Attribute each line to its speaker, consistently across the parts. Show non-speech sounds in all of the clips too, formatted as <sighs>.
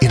Speaker 1: in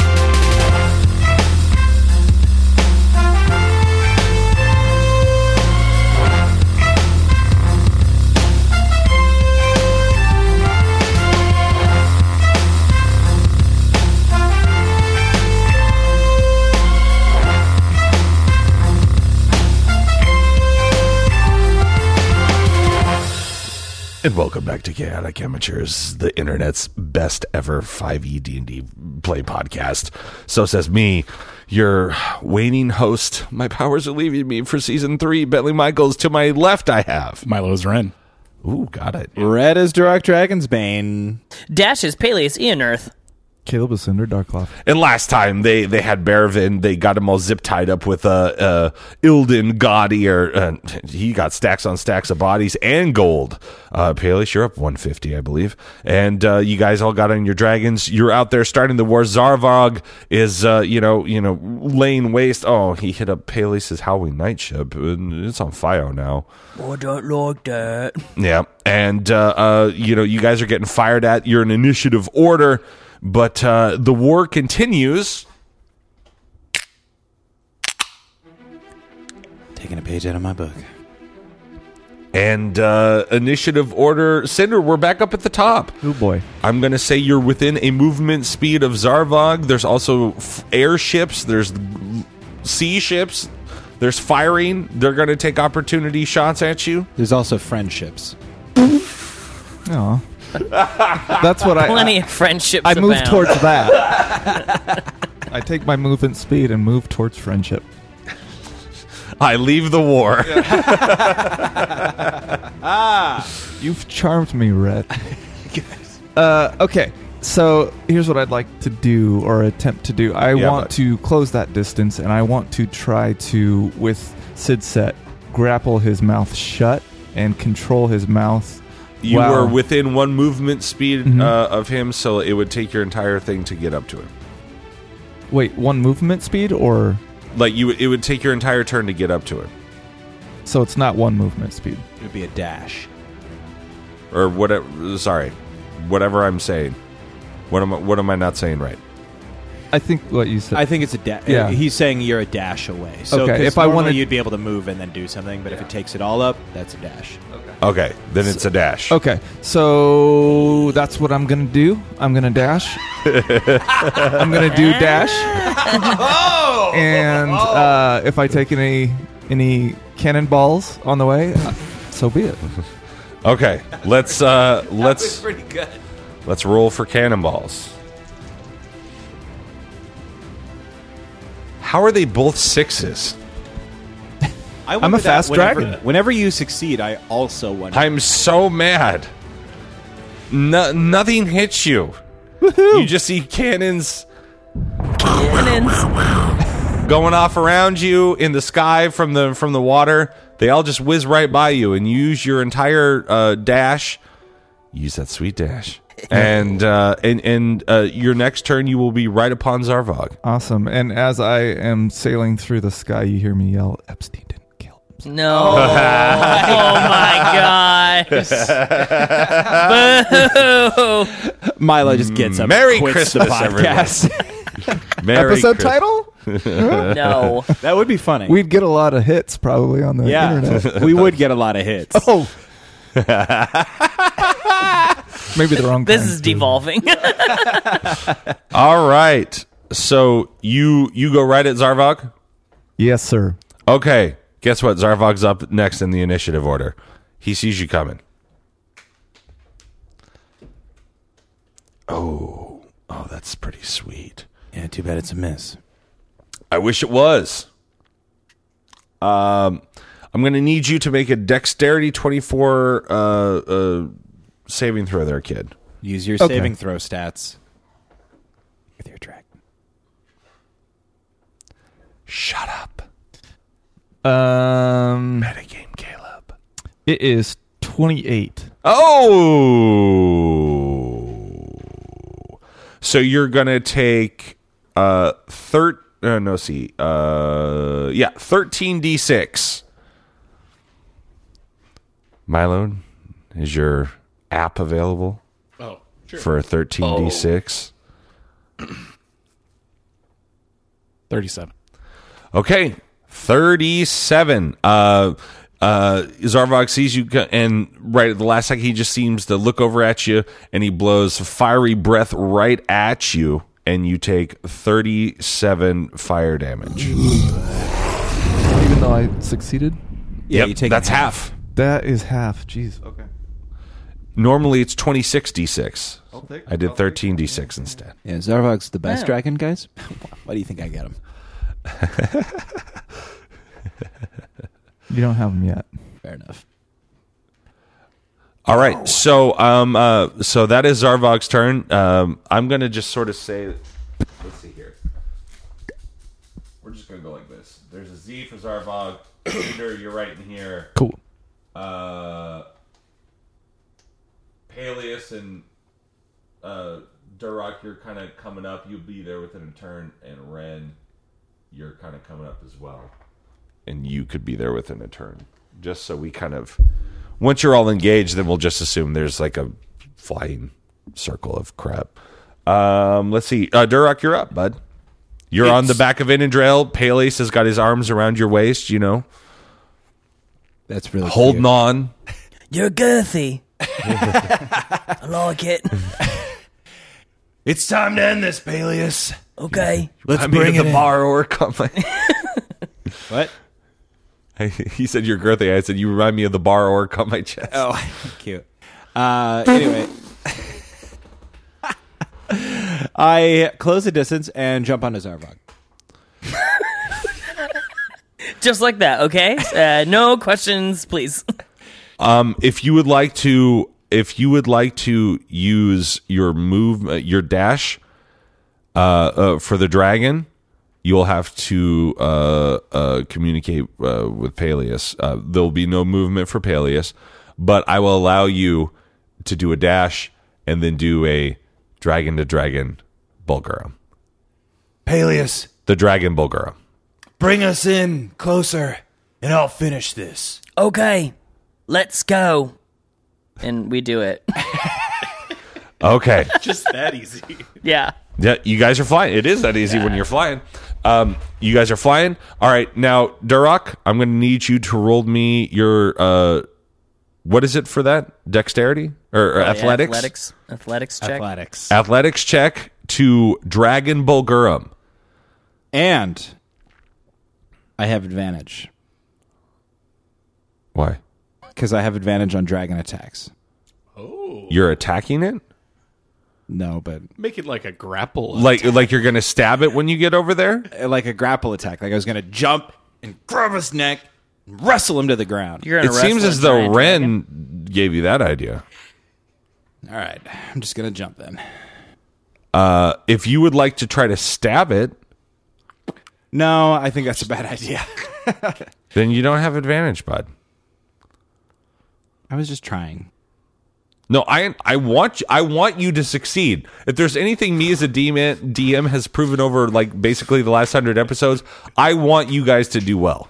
Speaker 2: And welcome back to Chaotic Amateurs, the internet's best ever E 5e D&D play podcast. So says me, your waning host. My powers are leaving me for season 3. Bentley Michaels to my left I have.
Speaker 3: Milo's Ren.
Speaker 2: Ooh, got it.
Speaker 4: Red is Dark Dragon's Bane.
Speaker 5: Dash is Peleus Eonearth.
Speaker 6: Caleb is Cinder Darkloff.
Speaker 2: And last time they they had Bervin, they got him all zip tied up with uh, uh, Ilden God Ear. Uh, he got stacks on stacks of bodies and gold. Uh, Peleus, you're up 150, I believe. And uh, you guys all got on your dragons. You're out there starting the war. Zarvog is uh, you know you know laying waste. Oh, he hit up Peleus's Howling Night ship. and It's on fire now.
Speaker 5: I don't like that.
Speaker 2: Yeah, and uh, uh, you know, you guys are getting fired at. You're in initiative order, but uh, the war continues.
Speaker 4: Taking a page out of my book.
Speaker 2: And uh, initiative order, Cinder, we're back up at the top.
Speaker 6: Oh boy.
Speaker 2: I'm gonna say you're within a movement speed of Zarvog. There's also f- airships. There's l- sea ships. There's firing. They're gonna take opportunity shots at you.
Speaker 4: There's also friendships.
Speaker 6: Oh. That's what I.
Speaker 5: Plenty of friendships.
Speaker 6: I, I move
Speaker 5: abound.
Speaker 6: towards that. <laughs> I take my movement speed and move towards friendship.
Speaker 2: I leave the
Speaker 6: <laughs>
Speaker 2: war.
Speaker 6: You've charmed me, <laughs> Red. uh, okay, so here's what I'd like to do or attempt to do. I
Speaker 2: Yeah,
Speaker 6: want
Speaker 2: but-
Speaker 6: to close that distance, and I want to try to, with Sid Set, grapple his mouth shut and control his mouth.
Speaker 2: You
Speaker 6: Wow. Mm-hmm.
Speaker 2: were within one movement speed uh, of him, so it would take your entire thing to get up to him.
Speaker 6: Wait, one movement speed, or
Speaker 2: Like you, it would take your entire turn to get up to him,
Speaker 6: so it's not one movement speed.
Speaker 4: It would be a dash.
Speaker 2: or whatever. Sorry, whatever I'm saying. What am I, what am I not saying right?
Speaker 6: I think what you said.
Speaker 4: I think it's a dash.
Speaker 6: Yeah.
Speaker 4: He's saying you're a dash away. So
Speaker 6: Okay,
Speaker 4: if
Speaker 6: if
Speaker 4: I
Speaker 6: I
Speaker 4: wanted,
Speaker 6: wanted-
Speaker 4: you'd be able to move and then do something. But if it takes it all up, that's a dash.
Speaker 2: Okay, then it's a dash.
Speaker 6: Okay, so that's what I'm gonna do. I'm gonna dash. I'm gonna do dash. and uh, if I take any any cannonballs on the way, uh, so be it.
Speaker 2: Okay, let's <laughs> uh, let's pretty good. let's roll for cannonballs. How are they both sixes?
Speaker 4: I
Speaker 6: a
Speaker 4: wonder that
Speaker 6: fast
Speaker 4: whenever,
Speaker 6: dragon.
Speaker 4: Whenever you succeed, I also wonder.
Speaker 2: I'm so mad. No, nothing hits you. You just see cannons
Speaker 5: Cannons.
Speaker 2: going off around you in the sky from the from the water. They all just whiz right by you and use your entire uh, dash. Use that sweet dash.
Speaker 6: <laughs>
Speaker 2: and uh, and and uh, your next turn, you will be right upon Zarvog.
Speaker 6: Awesome. And as I am sailing through the sky, you hear me yell, "Epstein didn't kill." Him.
Speaker 5: No. oh my gosh. Boo.
Speaker 4: Milo just gets up. and
Speaker 2: Merry
Speaker 4: quits
Speaker 2: Christmas,
Speaker 4: the podcast. <laughs>
Speaker 2: Merry
Speaker 6: Episode
Speaker 2: Christ-
Speaker 6: title?
Speaker 5: No.
Speaker 4: that would be funny.
Speaker 6: We'd get a lot of hits probably on the internet.
Speaker 4: <laughs> yeah, we would get a lot of <laughs> hits.
Speaker 6: Oh. <laughs> Maybe the wrong.
Speaker 5: This
Speaker 6: kind,
Speaker 5: is
Speaker 6: too.
Speaker 5: devolving. <laughs>
Speaker 2: All right, so you you go right at Zarvog.
Speaker 6: Yes, sir.
Speaker 2: Okay, guess what? Zarvog's up next in the initiative order. He sees you coming. Oh, oh, that's pretty sweet.
Speaker 4: Yeah, too bad it's a miss.
Speaker 2: I wish it was. Um, I'm going to need you to make a dexterity 24 uh, uh, saving throw there, kid.
Speaker 4: Use your saving throw stats with your track.
Speaker 2: Shut up.
Speaker 6: Um,
Speaker 2: Metagame, Caleb.
Speaker 6: it is twenty-eight.
Speaker 2: Oh. So you're going to take uh, thir- uh no, see. Uh, yeah, 13d6. Milo, is your app available
Speaker 3: Oh, sure. Oh.
Speaker 2: for a 13d6?
Speaker 3: 37.
Speaker 2: Okay, 37. Uh, uh, Zarvog sees you, co- and right at the last second, he just seems to look over at you, and he blows fiery breath right at you, and you take 37 fire damage.
Speaker 6: Even though I succeeded,
Speaker 2: Yeah,
Speaker 4: you take
Speaker 2: that's
Speaker 4: half.
Speaker 2: half.
Speaker 6: that is half. Jeez. Okay.
Speaker 2: Normally, it's 26d6.
Speaker 6: take-
Speaker 2: I did 13d6 instead.
Speaker 4: Yeah, Zarvog's the best
Speaker 5: Yeah.
Speaker 4: dragon, guys. <laughs> Why do you think I got him?
Speaker 6: You don't have them yet.
Speaker 4: Fair enough.
Speaker 2: All right, so um, uh, so that is Zarvog's turn. Um, I'm gonna just sort of say, let's see here. We're just gonna go like this. There's a Z for Zarvog. <coughs> Peter, you're right in here.
Speaker 6: Cool.
Speaker 2: Uh, Peleus and uh, Duroc, you're kind of coming up. You'll be there within a turn, and Ren, you're kind of coming up as well. And you could be there within a turn, just so we kind of. Once you're all engaged, then we'll just assume there's like a flying circle of crap. Um, let's see, uh, Duroc, you're up, bud. You're on the back of Indrail. Peleus has got his arms around your waist, you know,
Speaker 4: That's really
Speaker 2: holding on.
Speaker 5: You're <laughs> girthy. I like <laughs> it.
Speaker 2: It's time to end this, Peleus.
Speaker 5: Okay.
Speaker 4: Let's
Speaker 2: I mean, the borrower company. <laughs>
Speaker 4: What?
Speaker 2: he said you're girthy. I said you remind me of the borrower cut my chest.
Speaker 4: Oh, <laughs> cute. Uh, anyway, <laughs> I close the distance and jump onto Zarvog.
Speaker 5: Just like that, okay? Uh, no questions, please. <laughs>
Speaker 2: Um, if you would like to, if you would like to use your move, uh, your dash, uh, uh, for the dragon, you'll have to uh, uh, communicate uh, with Peleus. Uh, there'll be no movement for Peleus, but I will allow you to do a dash and then do a dragon to dragon Bulgarum.
Speaker 7: Peleus,
Speaker 2: The dragon Bulgarum.
Speaker 7: bring us in closer, and I'll finish this.
Speaker 5: Okay. Let's go. And we do it. <laughs>
Speaker 2: Okay.
Speaker 3: Just that easy.
Speaker 5: Yeah.
Speaker 2: Yeah, you guys are flying. It is that easy when you're flying. Um, you guys are flying. All right, now Duroc, I'm going to need you to roll me your uh, what is it for that? Dexterity or, or athletics?
Speaker 5: Oh, Yeah, athletics. Athletics check.
Speaker 4: Athletics.
Speaker 2: Athletics check to Dragon Bulgurum.
Speaker 4: And I have advantage
Speaker 2: Why?
Speaker 4: because I have advantage on dragon attacks.
Speaker 2: You're attacking it
Speaker 4: No, but
Speaker 3: Make it like a grapple.
Speaker 2: like like you're going to stab it when you get over there.
Speaker 4: uh, like a grapple attack. Like I was going to jump and grab his neck and wrestle him to the ground.
Speaker 5: You're
Speaker 2: It
Speaker 5: gonna
Speaker 2: seems
Speaker 5: wrestle
Speaker 2: as
Speaker 5: a
Speaker 2: though
Speaker 5: giant
Speaker 2: Ren
Speaker 5: dragon.
Speaker 2: gave you that idea.
Speaker 4: All right. I'm just going to jump then.
Speaker 2: Uh, if you would like to try to stab it,
Speaker 4: No, I think that's a bad <laughs> idea.
Speaker 2: then you don't have advantage, bud.
Speaker 4: I was just trying.
Speaker 2: No, I I want you, I want you to succeed. If there's anything me as a DM, DM has proven over like basically the last hundred episodes, I want you guys to do well.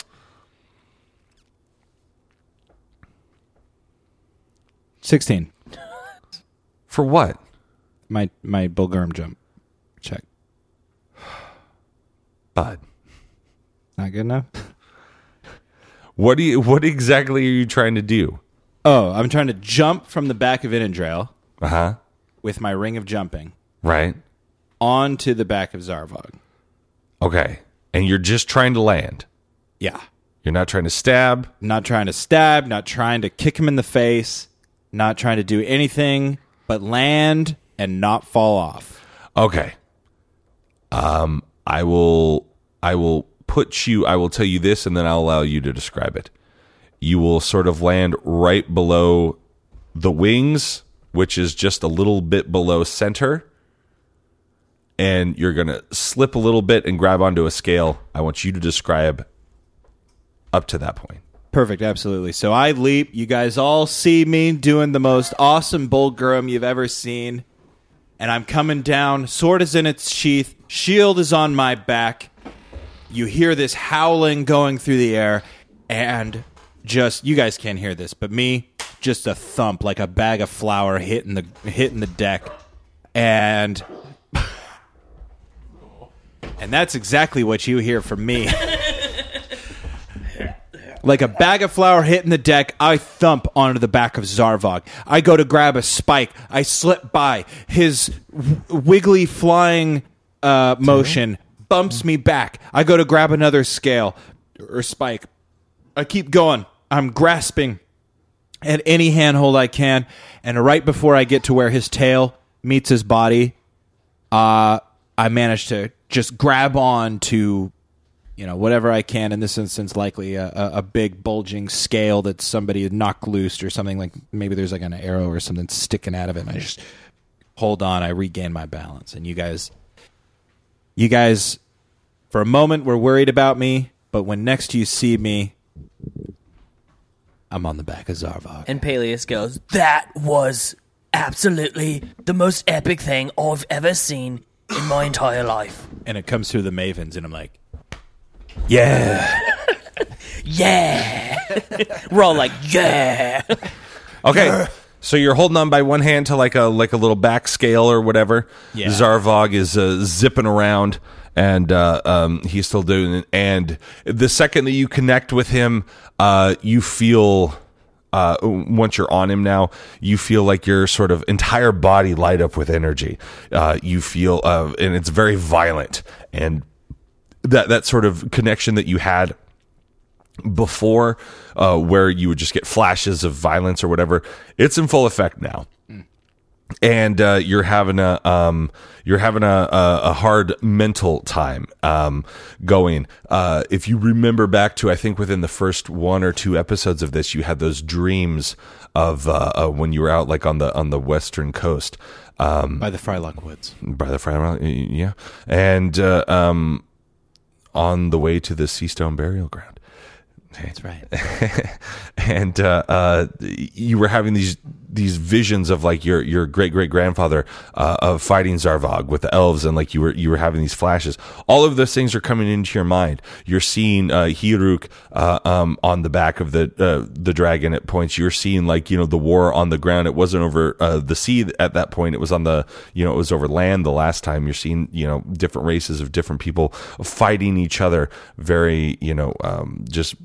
Speaker 4: Sixteen.
Speaker 2: For what?
Speaker 4: My my Bulgarum jump check.
Speaker 2: Bud.
Speaker 4: Not good enough. <laughs>
Speaker 2: What do you what exactly are you trying to do?
Speaker 4: Oh, I'm trying to jump from the back of Inandrail
Speaker 2: Uh-huh.
Speaker 4: with my ring of jumping
Speaker 2: Right?
Speaker 4: onto the back of Zarvog.
Speaker 2: Okay. And you're just trying to land.
Speaker 4: Yeah.
Speaker 2: You're not trying to stab.
Speaker 4: Not trying to stab, not trying to kick him in the face, not trying to do anything but land and not fall off.
Speaker 2: Okay. Um I will I will put you I will tell you this and then I'll allow you to describe it. You will sort of land right below the wings, which is just a little bit below center. And you're going to slip a little bit and grab onto a scale. I want you to describe up to that point.
Speaker 4: Perfect, absolutely. So I leap. You guys all see me doing the most awesome Bulgurum you've ever seen. And I'm coming down. Sword is in its sheath. Shield is on my back. You hear this howling going through the air. And just, you guys can't hear this, but me just a thump, like a bag of flour hitting the hitting the deck, and <laughs> and that's exactly what you hear from me. <laughs> Like a bag of flour hitting the deck, I thump onto the back of Zarvog. I go to grab a spike. I slip by. His w- wiggly flying uh, motion bumps me back. I go to grab another scale or spike. I keep going. I'm grasping at any handhold I can. And right before I get to where his tail meets his body, uh, I manage to just grab on to, you know, whatever I can. In this instance, likely a, a, a big bulging scale that somebody had knocked loose or something like maybe there's like an arrow or something sticking out of it. And I just hold on. I regain my balance. And you guys, you guys, for a moment, were worried about me. But when next you see me, I'm on the back of Zarvog.
Speaker 5: And Peleus goes, That was absolutely the most epic thing I've ever seen in my entire life.
Speaker 4: and it comes through the mavens and i'm like
Speaker 5: Yeah. <laughs> We're all like, Yeah.
Speaker 2: Okay. So you're holding on by one hand to like a like a little back scale or whatever.
Speaker 4: Yeah.
Speaker 2: Zarvog is uh, zipping around, and uh, um, he's still doing it. And the second that you connect with him, uh, you feel uh, once you're on him now, you feel like your sort of entire body light up with energy. Uh, you feel, uh, and it's very violent, and that that sort of connection that you had before uh, where you would just get flashes of violence or whatever it's in full effect now and uh, you're having a um, you're having a, a, a hard mental time um, going. Uh, if you remember back to, I think within the first one or two episodes of this, you had those dreams of uh, uh, when you were out like on the on the western coast um,
Speaker 4: by the Frylock Woods.
Speaker 2: by the Friday, yeah, and uh, um, on the way to the Seastone burial ground
Speaker 4: That's right. <laughs>
Speaker 2: <laughs> and uh, uh, you were having these these visions of like your your great great grandfather uh, of fighting Zarvog with the elves, and like you were you were having these flashes. All of those things are coming into your mind. You're seeing uh, Hiruk uh, um, on the back of the uh, the dragon at points. You're seeing like you know the war on the ground. It wasn't over uh, the sea at that point. It was on the you know it was over land the last time. You're seeing you know different races of different people fighting each other. Very you know um, just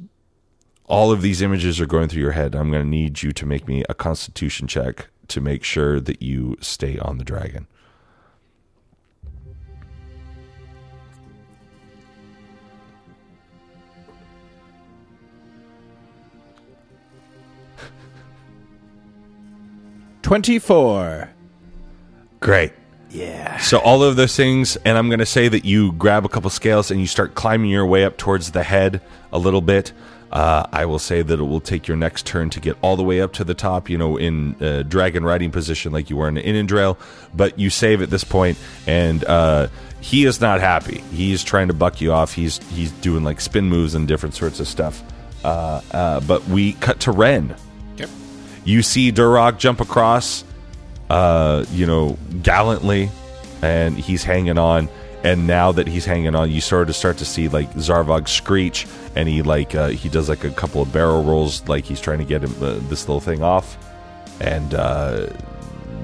Speaker 2: all of these images are going through your head. I'm going to need you to make me a constitution check to make sure that you stay on the dragon.
Speaker 4: Twenty four.
Speaker 2: Great. Yeah. So all of those things, and I'm going to say that you grab a couple scales and you start climbing your way up towards the head a little bit. Uh, I will say that it will take your next turn to get all the way up to the top, you know, in uh, dragon riding position like you were in the Innindrail, but you save at this point, and uh, he is not happy. He's trying to buck you off. He's he's doing like spin moves and different sorts of stuff. Uh, uh, but we cut to Ren.
Speaker 3: Yep.
Speaker 2: You see Durog jump across, uh, you know, gallantly, and he's hanging on. And now that he's hanging on, you sort of start to see like Zarvog screech, and he like uh, he does like a couple of barrel rolls, like he's trying to get him, uh, this little thing off. And uh,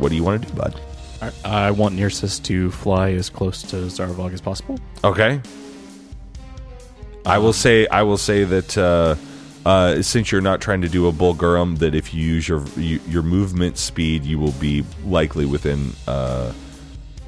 Speaker 2: what do you want to do, bud?
Speaker 3: I, I want Nearsis to fly as close to Zarvog as possible.
Speaker 2: Okay. I will say I will say that uh, uh, since you're not trying to do a Bulgurum, that if you use your you, your movement speed, you will be likely within uh,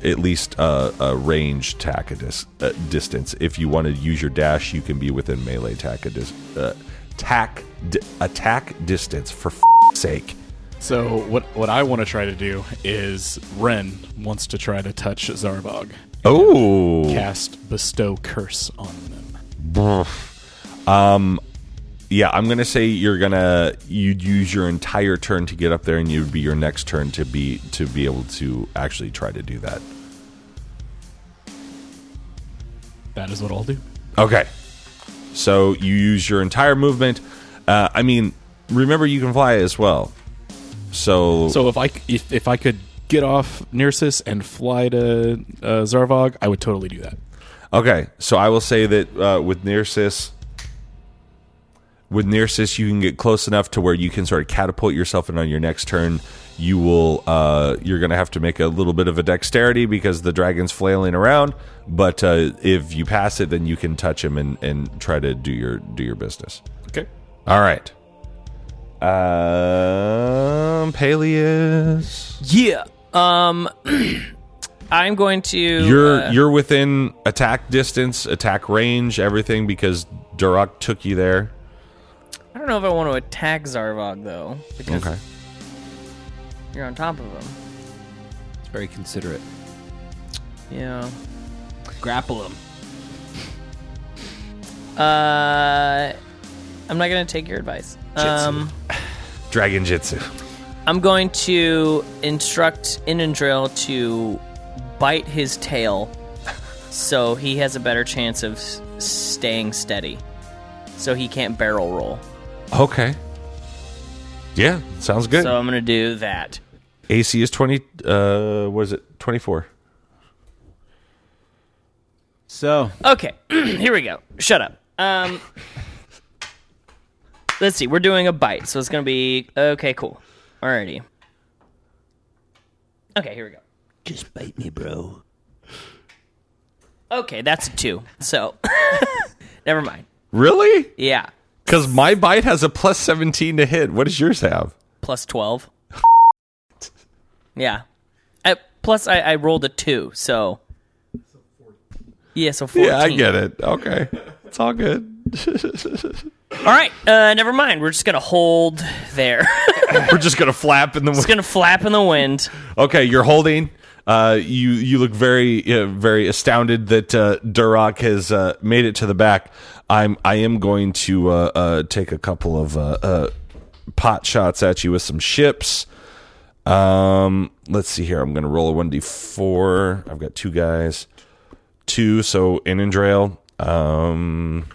Speaker 2: at least uh, a range tack a dis- uh, distance. If you want to use your dash, you can be within melee tack a dis- uh, tack di- attack distance. For f- sake,
Speaker 3: So what what I want to try to do is Ren wants to try to touch Zarvog,
Speaker 2: oh,
Speaker 3: cast bestow curse on them.
Speaker 2: Um, yeah, I'm gonna say you're gonna you'd use your entire turn to get up there, and you'd be your next turn to be to be able to actually try to do that.
Speaker 3: That is what I'll do.
Speaker 2: Okay, so you use your entire movement. Uh, I mean, remember you can fly as well. So,
Speaker 3: So if I c- if, if I could get off Nearsis and fly to uh, Zarvog, I would totally do that.
Speaker 2: okay, so I will say that uh, with Nearsis, With Nearsis, you can get close enough to where you can sort of catapult yourself, and on your next turn, you will uh, you're going to have to make a little bit of a dexterity because the dragon's flailing around. But uh, if you pass it, then you can touch him and, and try to do your do your business.
Speaker 3: Okay.
Speaker 2: All right. Um, Peleus,
Speaker 5: Yeah. Um, <clears throat> I'm going to.
Speaker 2: you're
Speaker 5: uh,
Speaker 2: you're within attack distance, attack range, everything because Durak took you there.
Speaker 5: I don't know if I want to attack Zarvog though, because
Speaker 2: Okay.
Speaker 5: you're on top of him.
Speaker 4: It's very considerate.
Speaker 5: Yeah.
Speaker 4: Grapple him.
Speaker 5: Uh, I'm not gonna take your advice. Um,
Speaker 2: Dragon Jitsu.
Speaker 5: I'm going to instruct Inandrail to bite his tail, so he has a better chance of s- staying steady, so he can't barrel roll.
Speaker 2: Okay. Yeah, sounds good.
Speaker 5: So I'm gonna do that.
Speaker 2: AC is 20 uh what is it? 24.
Speaker 4: So
Speaker 5: Okay, <clears throat> here we go. Shut up. Um, let's see. We're doing a bite, so it's gonna be okay. Cool. Alrighty. Okay, here we go.
Speaker 7: Just bite me, bro.
Speaker 5: Okay, that's a two. So, <laughs> never mind.
Speaker 2: Really?
Speaker 5: Yeah,
Speaker 2: Cuz my bite has a plus 17 to hit. What does yours have?
Speaker 5: plus twelve. Yeah. I, plus, I, I rolled a two, so. Yeah, so fourteen.
Speaker 2: Yeah, I get it. Okay. It's all good. <laughs>
Speaker 5: All right, uh, never mind. We're just gonna hold there. <laughs>
Speaker 2: We're just going to flap in the
Speaker 5: just gonna flap in the wind.
Speaker 2: Okay, you're holding. Uh, you you look very uh, very astounded that uh, Duroc has uh, made it to the back. I'm I am going to uh, uh, take a couple of uh, uh, pot shots at you with some ships. Um, let's see here. I'm going to roll a one d four. I've got two guys, two. So Inandrail. Um,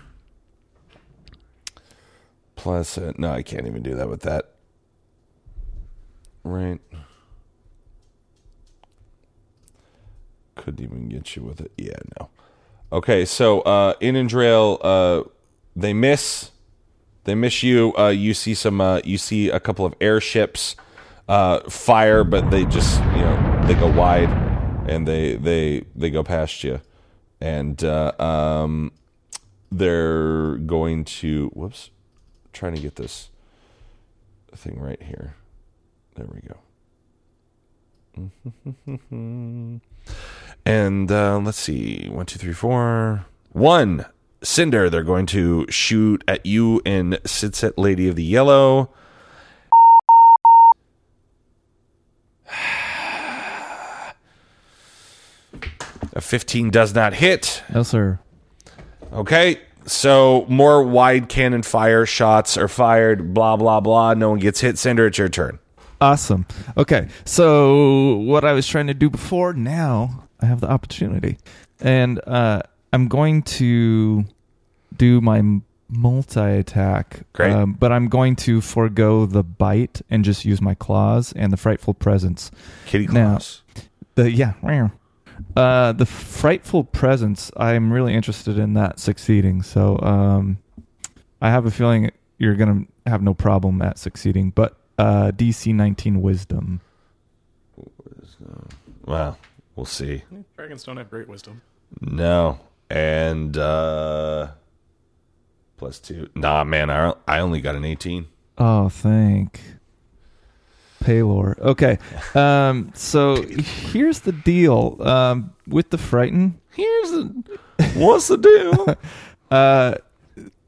Speaker 2: plus uh, no, I can't even do that with that. Right. couldn't even get you with it. Yeah, no. Okay, so uh, in and Drail, uh, they miss. They miss you. Uh, you see some. Uh, you see a couple of airships uh, fire, but they just you know they go wide and they they they go past you, and uh, um, they're going to. Whoops, trying to get this thing right here. There we go. And uh, let's see, one, two, three, four, one. Cinder, they're going to shoot at you and Sidset Lady of the Yellow. <sighs> A 15 does not hit.
Speaker 6: No, sir.
Speaker 2: Okay, so more wide cannon fire shots are fired, blah, blah, blah. No one gets hit. Cinder, it's your turn.
Speaker 6: Awesome. Okay, so what I was trying to do before, now I have the opportunity, and uh, I'm going to do my multi attack.
Speaker 2: Great.
Speaker 6: but I'm going to forego the bite and just use my claws and the frightful presence.
Speaker 2: Kitty
Speaker 6: Now-
Speaker 2: Claws.
Speaker 6: The yeah, meow. uh, the frightful presence. I'm really interested in that succeeding. So um, I have a feeling you're gonna have no problem at succeeding. But uh, DC 19 Wisdom.
Speaker 2: Well, we'll see.
Speaker 3: Dragons don't have great wisdom.
Speaker 2: No. And uh plus 2. Nah, man, I I only got an 18.
Speaker 6: Oh, thank. Paylor. Okay. Um, so here's the deal. Um, with the frighten,
Speaker 2: Here's the What's the deal?
Speaker 6: <laughs> uh,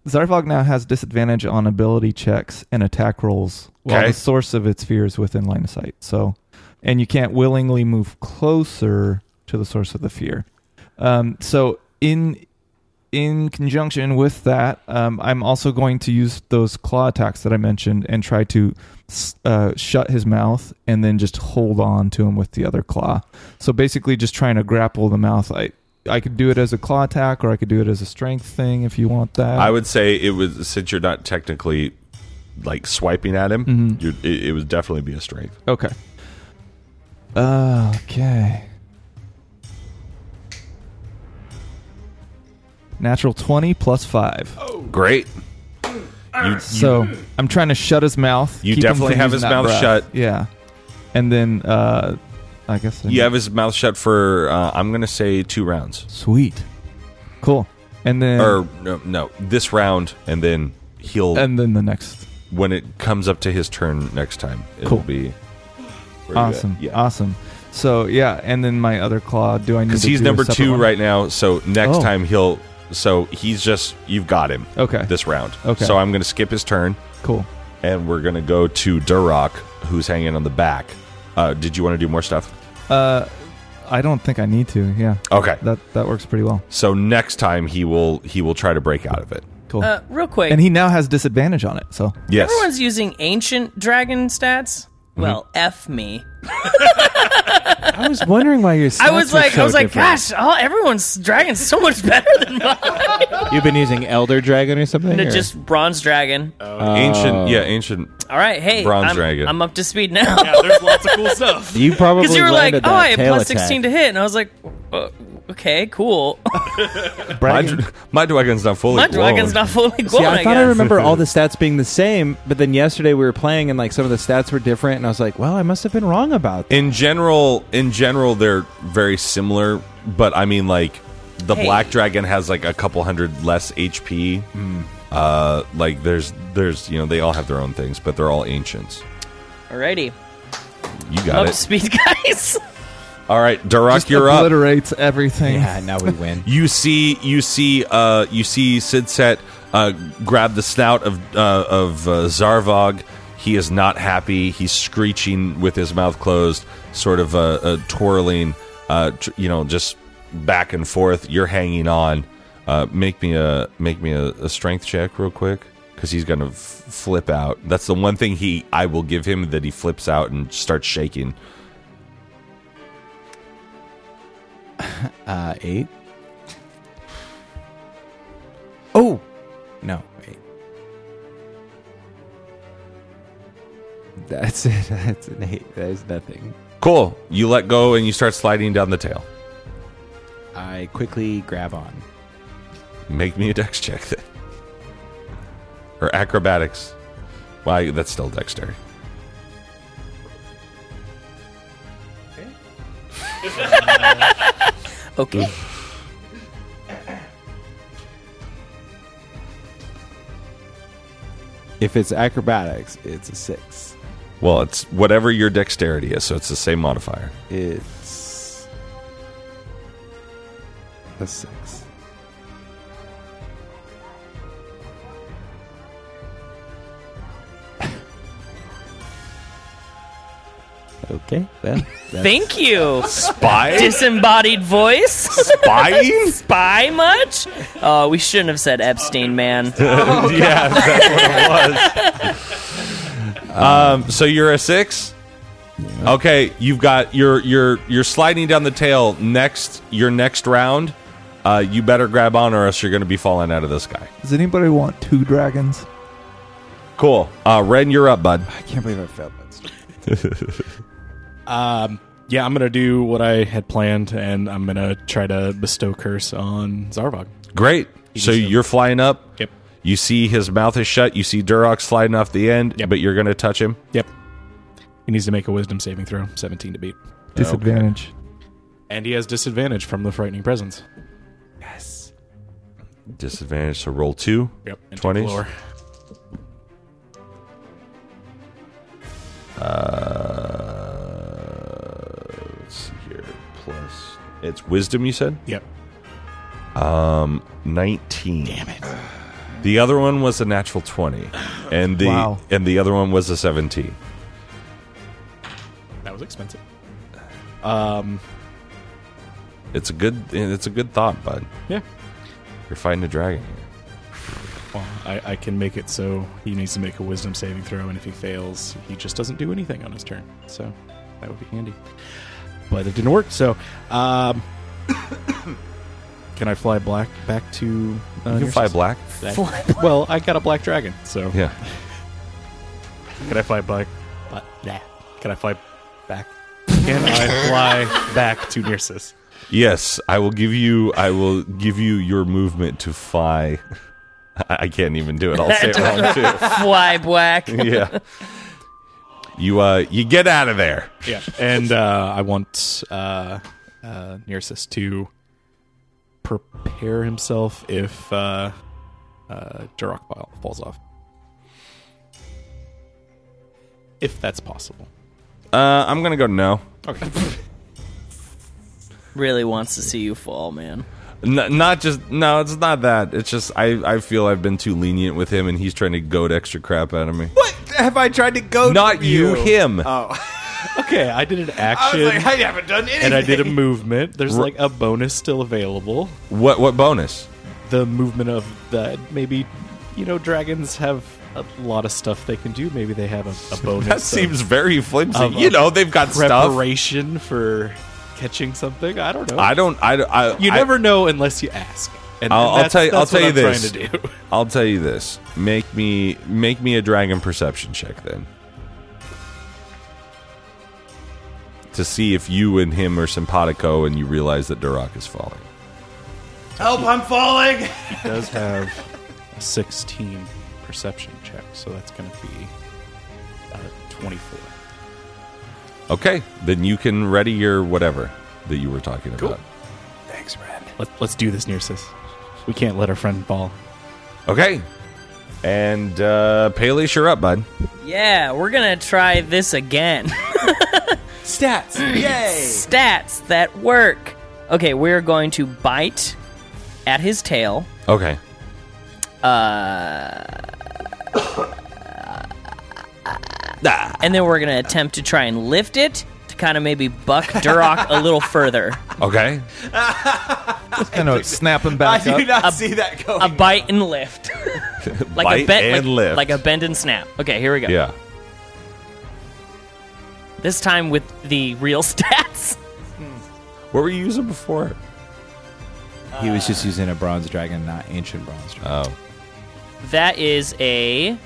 Speaker 6: Zarvog now has disadvantage on ability checks and attack rolls while
Speaker 2: Okay.
Speaker 6: the source of its fear is within line of sight. So, and you can't willingly move closer to the source of the fear. Um, so in in conjunction with that, um, I'm also going to use those claw attacks that I mentioned and try to s- uh, shut his mouth and then just hold on to him with the other claw. So basically, just trying to grapple the mouth. I I could do it as a claw attack or I could do it as a strength thing if you want that.
Speaker 2: I would say it was since you're not technically like swiping at him,
Speaker 6: Mm-hmm.
Speaker 2: you it, it would definitely be a strength.
Speaker 6: Okay. Okay. Natural 20 plus 5.
Speaker 2: Great. You, you,
Speaker 6: So I'm trying to shut his mouth.
Speaker 2: You
Speaker 6: keep him
Speaker 2: definitely
Speaker 6: from
Speaker 2: have
Speaker 6: using
Speaker 2: his
Speaker 6: that
Speaker 2: mouth
Speaker 6: breath.
Speaker 2: shut.
Speaker 6: Yeah, and then uh, I guess I
Speaker 2: you have his mouth shut for, uh, I'm going to say two rounds.
Speaker 6: sweet, cool, and then
Speaker 2: Or, no, no, this round, and then he'll,
Speaker 6: and then the next.
Speaker 2: when it comes up to his turn next time, it'll
Speaker 6: Cool.
Speaker 2: be where you at.
Speaker 6: Awesome,
Speaker 2: Yeah.
Speaker 6: awesome. So yeah, and then my other claw. Do I need?
Speaker 2: Because
Speaker 6: to
Speaker 2: he's
Speaker 6: do a
Speaker 2: number
Speaker 6: separate
Speaker 2: two
Speaker 6: one?
Speaker 2: right now, so next
Speaker 6: Oh.
Speaker 2: time he'll. So he's just you've got him.
Speaker 6: Okay.
Speaker 2: This round.
Speaker 6: Okay.
Speaker 2: So I'm going to skip his turn,
Speaker 6: Cool.
Speaker 2: and we're going to go to Durock, who's hanging on the back. Uh, did you want to do more stuff?
Speaker 6: Uh, I don't think I need to. Yeah,
Speaker 2: Okay.
Speaker 6: that that works pretty well.
Speaker 2: So next time he will he will try to break out of it.
Speaker 6: Cool.
Speaker 5: Uh, real quick,
Speaker 6: and he now has disadvantage on it. So
Speaker 2: Yes.
Speaker 5: everyone's using ancient dragon stats. Mm-hmm. Well, f me.
Speaker 8: I was <laughs> wondering why your stats
Speaker 5: I was
Speaker 8: were
Speaker 5: like,
Speaker 8: so
Speaker 5: I was like,
Speaker 8: different.
Speaker 5: gosh, all, everyone's dragon's so much better than mine.
Speaker 8: You've been using Elder Dragon or something?
Speaker 5: No,
Speaker 8: or-
Speaker 5: just bronze dragon.
Speaker 6: Uh,
Speaker 2: ancient. Yeah. Ancient.
Speaker 5: Uh, All right, hey,
Speaker 2: Bronze
Speaker 5: I'm,
Speaker 2: dragon.
Speaker 5: I'm up to speed now.
Speaker 3: Yeah,
Speaker 5: <laughs>
Speaker 3: there's lots of cool stuff.
Speaker 8: you probably
Speaker 5: Because you were like,
Speaker 8: landed
Speaker 5: oh,
Speaker 8: that
Speaker 5: I have
Speaker 8: tail
Speaker 5: plus
Speaker 8: attack.
Speaker 5: 16 to hit. And I was like, uh, okay, <laughs> cool.
Speaker 2: My,
Speaker 6: Bragging.
Speaker 2: dr- <laughs> my dragon's not fully.
Speaker 5: My
Speaker 2: grown.
Speaker 5: dragon's not fully grown,
Speaker 8: See, I
Speaker 5: I
Speaker 8: thought
Speaker 5: guess.
Speaker 8: I remember all <laughs> the stats being the same, but then yesterday we were playing and like some of the stats were different, and I was like, well, I must have been wrong about that.
Speaker 2: In general, in general, they're very similar, but I mean, like the
Speaker 5: Hey.
Speaker 2: black dragon has like a couple hundred less HP. Uh, like there's there's you know they all have their own things, but they're all ancients.
Speaker 5: Alrighty.
Speaker 2: You
Speaker 5: I'm
Speaker 2: got
Speaker 5: up to
Speaker 2: it.
Speaker 5: speed, <laughs> guys.
Speaker 2: All right, Durak,
Speaker 6: just
Speaker 2: you're up.
Speaker 6: obliterates everything.
Speaker 8: Yeah, now we win.
Speaker 2: You see, you see, uh, you see Sidset uh, grab the snout of uh, of uh, Zarvog. He is not happy. He's screeching with his mouth closed, sort of uh, uh, twirling, uh, tr- you know, just back and forth. You're hanging on. Uh, make me a make me a, a strength check real quick because he's gonna f- flip out. That's the one thing he I will give him that he flips out and starts shaking.
Speaker 8: Uh, eight. Oh, <laughs> no, wait. That's it. <laughs> That's an eight. That is nothing.
Speaker 2: Cool. You let go and you start sliding down the tail.
Speaker 8: I quickly grab on.
Speaker 2: Make me a dex check then. Or acrobatics. Why, that's still dexterity.
Speaker 5: Okay.
Speaker 8: If it's acrobatics, it's a six.
Speaker 2: Well, it's whatever your dexterity is, so it's the same modifier.
Speaker 8: It's a six. okay, well, that's
Speaker 5: Thank <laughs> you.
Speaker 2: Spy?
Speaker 5: Disembodied voice. <laughs>
Speaker 2: <laughs> Spying?
Speaker 5: Spy much? Oh, we shouldn't have said Epstein, man.
Speaker 2: yeah, that's what it was. Um, so you're a six. Okay, you've got you're you're you're sliding down the tail. Next, your next round, uh, you better grab on, or else you're going to be falling out of the sky.
Speaker 6: Does anybody want two dragons?
Speaker 2: Cool, uh, Ren, you're up, bud.
Speaker 8: I can't believe I failed that.
Speaker 3: Yeah, I'm gonna do what I had planned, and I'm gonna try to bestow curse on Zarvog.
Speaker 2: Great. So you're flying up.
Speaker 3: Yep.
Speaker 2: You see his mouth is shut. You see Duroc sliding off the end,
Speaker 3: Yep.
Speaker 2: but you're going to touch him.
Speaker 3: Yep. He needs to make a wisdom saving throw, 17 to beat,
Speaker 6: Disadvantage.
Speaker 3: and he has disadvantage from the frightening presence.
Speaker 2: Disadvantage. So roll two.
Speaker 3: Yep. and take
Speaker 2: 20s.
Speaker 3: lower.
Speaker 2: Uh, let's see here. Plus, it's wisdom. You said
Speaker 3: Yep.
Speaker 2: 19. Damn it. The other one was a natural 20, and the
Speaker 6: Wow.
Speaker 2: and the other one was a 17.
Speaker 3: That was expensive.
Speaker 2: It's a good. It's a good thought, bud.
Speaker 3: Yeah.
Speaker 2: You're fighting a dragon here.
Speaker 3: Well, I, I can make it so he needs to make a wisdom saving throw, and if he fails, he just doesn't do anything on his turn. So that would be handy. But it didn't work, so um, <coughs> can I fly black back to? Uh,
Speaker 2: You can fly
Speaker 3: Nersus?
Speaker 2: black.
Speaker 3: That- <laughs> Well, I got a black dragon, so
Speaker 2: Yeah.
Speaker 3: can I fly black? But, nah. Can I fly back? Can I fly back to Nersis?
Speaker 2: Yes, I will give you. I will give you your movement to fly <laughs> I, I can't even do it. I'll say it wrong too.
Speaker 5: Fly
Speaker 2: <laughs>
Speaker 5: black.
Speaker 2: Yeah. You uh you get out of there.
Speaker 3: Yeah, and uh, I want uh, uh, Nearsis to prepare himself if uh, uh, Durok fall- falls off, if that's possible.
Speaker 2: Uh I'm gonna go no.
Speaker 5: <laughs> Really wants to see you fall, man.
Speaker 2: N- not just no, it's not that. It's just I I feel I've been too lenient with him, and he's trying to goad extra crap out of me.
Speaker 4: What have I tried to go?
Speaker 2: Not
Speaker 4: to
Speaker 2: you, him.
Speaker 3: Okay, I did an
Speaker 4: I
Speaker 3: action
Speaker 4: was like, I haven't done anything.
Speaker 3: and I did a movement. There's like a bonus still available.
Speaker 2: What what bonus?
Speaker 3: The movement of the maybe, you know, dragons have a lot of stuff they can do. Maybe they have a, a <laughs> bonus.
Speaker 2: That
Speaker 3: of-
Speaker 2: seems very flimsy.
Speaker 3: of a
Speaker 2: You know they've got stuff.
Speaker 3: preparation for catching something. I don't know.
Speaker 2: I don't. I. I
Speaker 3: you
Speaker 2: I-
Speaker 3: never know unless you ask. And
Speaker 2: I'll, I'll
Speaker 3: that's-
Speaker 2: tell you. I'll
Speaker 3: that's
Speaker 2: tell you
Speaker 3: what I'm
Speaker 2: this.
Speaker 3: Trying to do. <laughs>
Speaker 2: I'll tell you this. Make me make me a dragon perception check then. To see if you and him are simpatico, and you realize that Durak is falling.
Speaker 4: Help! I'm falling.
Speaker 3: <laughs> does have a 16 perception check, so that's going to be uh, 24.
Speaker 2: Okay, then you can ready your whatever that you were talking about.
Speaker 3: Let, let's do this, Nearsis. We can't let our friend fall.
Speaker 2: Okay, and uh, Payless, you're up, bud.
Speaker 5: Yeah, we're gonna try this again. <laughs>
Speaker 4: Stats. Yay.
Speaker 5: Stats that work. Okay, we're going to bite at his tail.
Speaker 2: Okay,
Speaker 5: and then we're gonna attempt to try and lift it to kind of maybe buck Durok a
Speaker 2: <laughs>
Speaker 5: little further.
Speaker 3: <laughs>
Speaker 2: okay.
Speaker 6: kind of snapping
Speaker 4: I
Speaker 8: <laughs>
Speaker 6: back
Speaker 4: do
Speaker 6: up.
Speaker 4: not see that going.
Speaker 5: A bite and lift,
Speaker 2: <laughs>
Speaker 5: like a
Speaker 2: Oh, Bite
Speaker 5: bend
Speaker 2: and
Speaker 5: like,
Speaker 2: lift.
Speaker 5: like a bend and snap. Okay, here we go.
Speaker 2: Yeah.
Speaker 5: This time with the real <laughs> stats.
Speaker 2: What were you using before?
Speaker 4: he was just using a bronze dragon, not ancient bronze dragon.
Speaker 2: Oh.
Speaker 5: That is a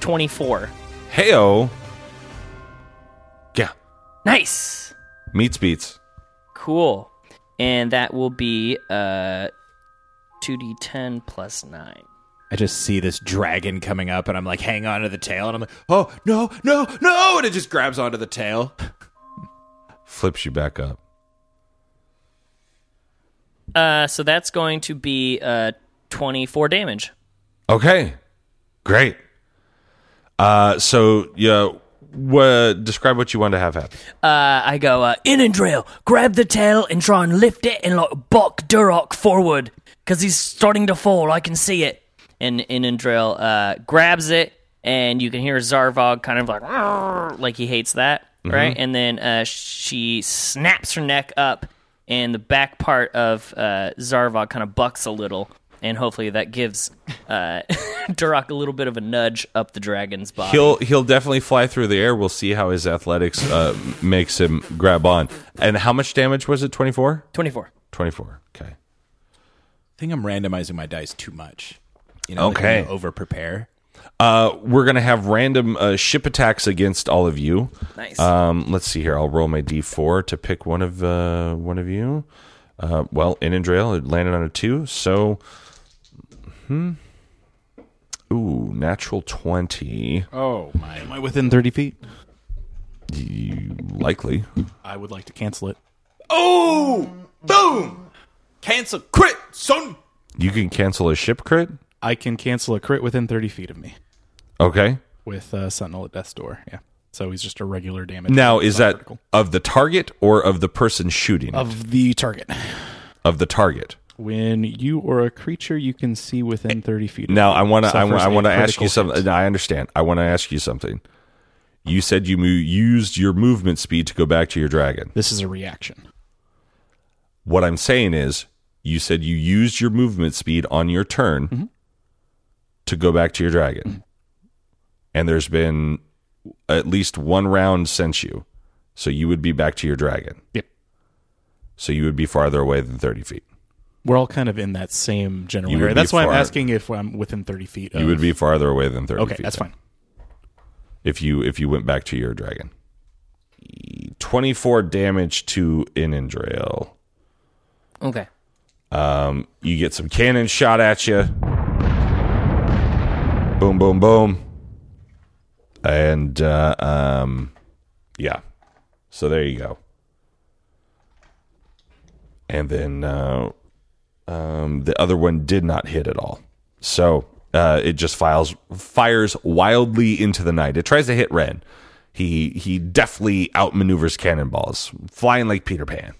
Speaker 5: twenty-four.
Speaker 2: Heyo. Yeah.
Speaker 5: Nice,
Speaker 2: Meats beats.
Speaker 5: cool, and that will be uh two d ten plus nine.
Speaker 4: I just see this dragon coming up, and I'm like, hang on to the tail, and I'm like, oh no, no, no, and it just grabs onto the tail.
Speaker 2: Flips you back up.
Speaker 5: Uh, so that's going to be uh twenty-four damage.
Speaker 2: Okay. Great. Uh, so yeah, wha- describe what you want to have happen.
Speaker 5: uh, I go, uh, in and drill, grab the tail and try and lift it and like buck Durok forward because he's starting to fall. I can see it. And in and drill uh, grabs it, and you can hear Zarvog kind of like, "Arr," like he hates that, right? And then uh, she snaps her neck up, and the back part of uh, Zarvog kind of bucks a little. And hopefully that gives uh, <laughs> Durok a little bit of a nudge up the dragon's body.
Speaker 2: He'll he'll definitely fly through the air. We'll see how his athletics uh, makes him grab on. And how much damage was it? 24?
Speaker 5: 24.
Speaker 2: 24. Okay.
Speaker 4: I think I'm randomizing my dice too much. You know,
Speaker 2: Okay.
Speaker 4: over prepare.
Speaker 2: Uh, we're gonna have random uh, ship attacks against all of you.
Speaker 5: Nice.
Speaker 2: Um, let's see here. I'll roll my d4 to pick one of uh, one of you. Uh, well, in and Drail, it landed on a two, so hmm. Ooh, natural twenty,
Speaker 4: Oh my!
Speaker 3: Am I within 30 feet?
Speaker 2: likely.
Speaker 3: I would like to cancel it.
Speaker 4: Oh, boom! Cancel, crit, son.
Speaker 2: You can cancel a ship crit.
Speaker 3: I can cancel a crit within 30 feet of me
Speaker 2: Okay.
Speaker 3: with uh, Sentinel at Death's Door. Yeah. So he's just a regular damage.
Speaker 2: Now,
Speaker 3: It's
Speaker 2: is
Speaker 3: not
Speaker 2: that
Speaker 3: critical.
Speaker 2: of the target or of the person shooting? Of,
Speaker 3: Of the target.
Speaker 2: the target.
Speaker 3: When you or a creature you can see within 30 feet. of
Speaker 2: Now,
Speaker 3: you
Speaker 2: I want to. I
Speaker 3: suffers
Speaker 2: want. I
Speaker 3: a
Speaker 2: want to ask
Speaker 3: critical
Speaker 2: you uh, something.
Speaker 3: hit.
Speaker 2: I understand. I want to ask you something. You said you mo- used your movement speed to go back to your dragon.
Speaker 3: This is a reaction.
Speaker 2: What I'm saying is, you said you used your movement speed on your turn
Speaker 3: Mm-hmm.
Speaker 2: to go back to your dragon. And there's been at least one round since you. So you would be back to your dragon.
Speaker 3: Yep.
Speaker 2: So you would be farther away than 30 feet.
Speaker 3: We're all kind of in that same general
Speaker 2: You would
Speaker 3: area.
Speaker 2: be
Speaker 3: That's why I'm
Speaker 2: far-
Speaker 3: asking if I'm within 30 feet. Of,
Speaker 2: You would be farther away than 30
Speaker 3: Okay,
Speaker 2: feet.
Speaker 3: that's
Speaker 2: then,
Speaker 3: fine.
Speaker 2: If you if you went back to your dragon. 24 damage to Inindrail.
Speaker 5: Okay.
Speaker 2: You get some cannon shot at you. Boom, boom, boom. And uh, um, yeah. So there you go. And then uh, um, the other one did not hit at all. So uh, it just files fires wildly into the night. It tries to hit Ren. He he deftly outmaneuvers cannonballs, flying like Peter Pan.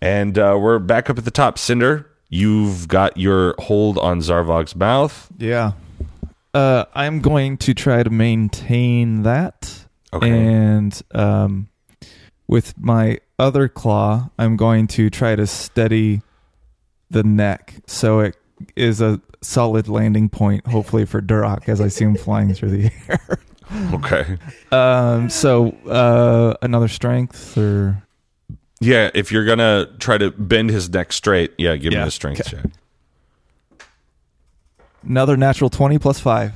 Speaker 2: And uh, we're back up at the top. Cinder, you've got your hold on Zarvog's <laughs> mouth.
Speaker 6: Yeah. Uh, I'm going to try to maintain that.
Speaker 2: Okay.
Speaker 6: And um, with my other claw, I'm going to try to steady the neck so it is a solid landing point, hopefully, for Duroc as I see him flying through the air.
Speaker 2: Okay.
Speaker 6: Um, so uh, another strength or.
Speaker 2: Yeah, if you're gonna try to bend his neck straight, yeah, give him a strength check. <laughs>
Speaker 6: Another natural 20 plus 5.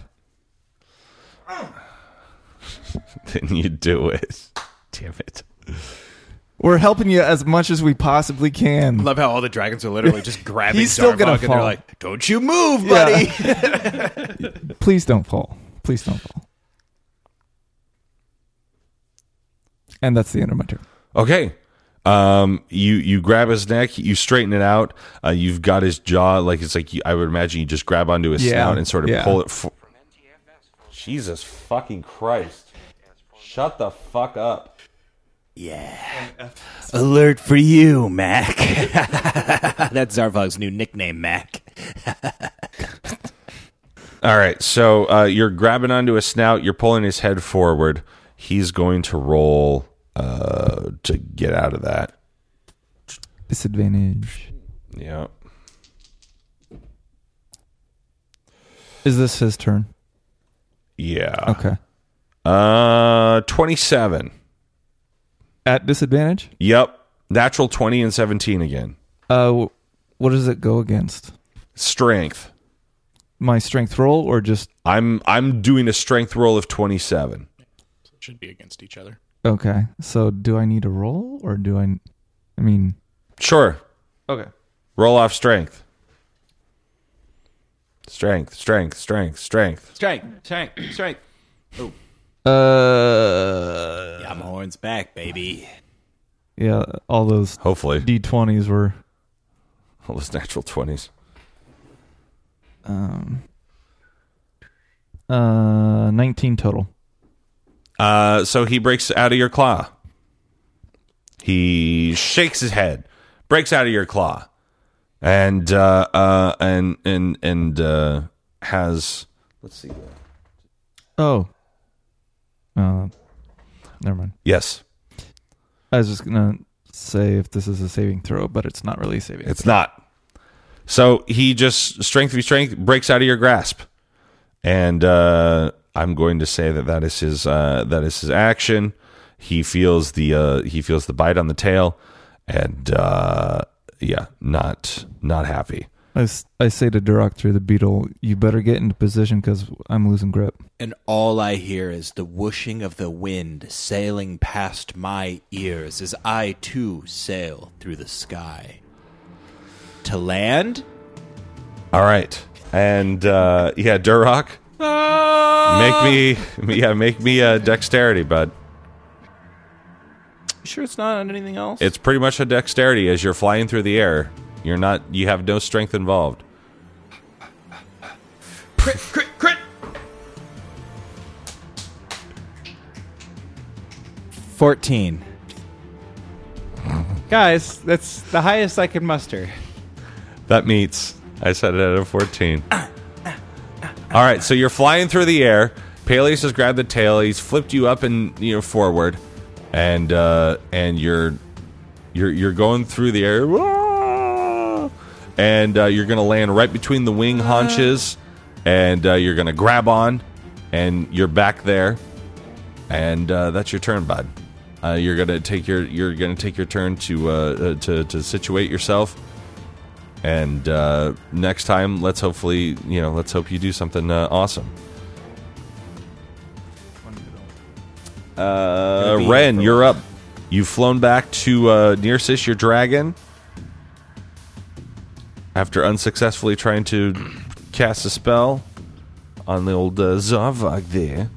Speaker 2: Then you do it. Damn it.
Speaker 6: We're helping you as much as we possibly can.
Speaker 9: Love how all the dragons are literally
Speaker 6: <laughs>
Speaker 9: just grabbing
Speaker 6: He's still
Speaker 9: Zarvog
Speaker 6: gonna
Speaker 9: and they're
Speaker 6: fall.
Speaker 9: like, "Don't you move,
Speaker 6: Yeah.
Speaker 9: buddy!"
Speaker 6: <laughs>
Speaker 9: <laughs>
Speaker 6: Please don't fall. Please don't fall. And that's the end of my turn.
Speaker 2: Okay. Um, you you grab his neck, you straighten it out. Uh, you've got his jaw like it's like you, I would imagine you just grab onto his
Speaker 6: Yeah,
Speaker 2: snout and sort of
Speaker 6: yeah.
Speaker 2: pull it. For- Jesus fucking Christ! Shut the fuck up.
Speaker 7: Alert for
Speaker 4: <laughs>
Speaker 7: you, Mac.
Speaker 9: That's Zarvog's new nickname, Mac.
Speaker 2: All right, so uh, you're grabbing onto his snout, you're pulling his head forward. He's going to roll uh, to get out of that.
Speaker 6: Disadvantage.
Speaker 2: Yeah.
Speaker 6: Is this his turn?
Speaker 2: Yeah.
Speaker 6: Okay.
Speaker 2: Uh, 27.
Speaker 6: At disadvantage?
Speaker 2: Yep. Natural 20 and 17 again.
Speaker 6: Uh, w- what does it go against?
Speaker 2: Strength.
Speaker 6: My strength roll or just
Speaker 2: I'm I'm doing a strength roll of 27.
Speaker 3: should be against each other.
Speaker 6: okay? So do I need to roll or do I? I mean,
Speaker 2: Sure.
Speaker 6: okay.
Speaker 2: Roll off strength. Strength, strength, strength, strength.
Speaker 4: Strength, strength, strength.
Speaker 6: Uh,
Speaker 9: I'm horns back, baby.
Speaker 6: yeah. All those
Speaker 2: Hopefully.
Speaker 6: d twenties were
Speaker 2: All those natural 20s.
Speaker 6: um uh nineteen total.
Speaker 2: Uh, so he breaks out of your claw. He shakes his head, breaks out of your claw, and uh, uh, and and and uh, has
Speaker 6: Oh. Uh, never mind.
Speaker 2: yes,
Speaker 6: I was just gonna say if this is a saving throw, but it's not really a saving.
Speaker 2: it's not. So he just strength v strength breaks out of your grasp, and uh, I'm going to say that that is his uh, that is his action. He feels the uh, he feels the bite on the tail, and uh, yeah, not not happy.
Speaker 6: I, s- I say to Duroc through the beetle, you better get into position because I'm losing grip.
Speaker 4: And all I hear is the whooshing of the wind sailing past my ears as I too sail through the sky. To land?
Speaker 2: All right, and uh, yeah, Duroc, make me yeah, make me a dexterity, bud.
Speaker 8: You sure it's not on anything else?
Speaker 2: It's pretty much a dexterity as you're flying through the air. You're not, you have no strength involved.
Speaker 9: Crit, crit, crit.
Speaker 4: Fourteen.
Speaker 8: Guys, that's the highest I could muster.
Speaker 2: That meets. I set it at a 14. All right, so you're flying through the air. Peleus has grabbed the tail. He's flipped you up and you know forward, and uh, and you're you're you're going through the air, Wah! and uh, you're gonna land right between the wing haunches, and uh, you're gonna grab on, and you're back there, and uh, that's your turn, bud. Uh, you're gonna take your you're gonna take your turn to uh, uh, to to situate yourself. And uh, next time, let's hopefully, you know, let's hope you do something uh, awesome. Uh,
Speaker 4: be
Speaker 2: Ren,
Speaker 4: here for
Speaker 2: you're up. You've flown back to uh, Nearsis, your dragon, after unsuccessfully trying to cast a spell. on the old uh, Zarvog there.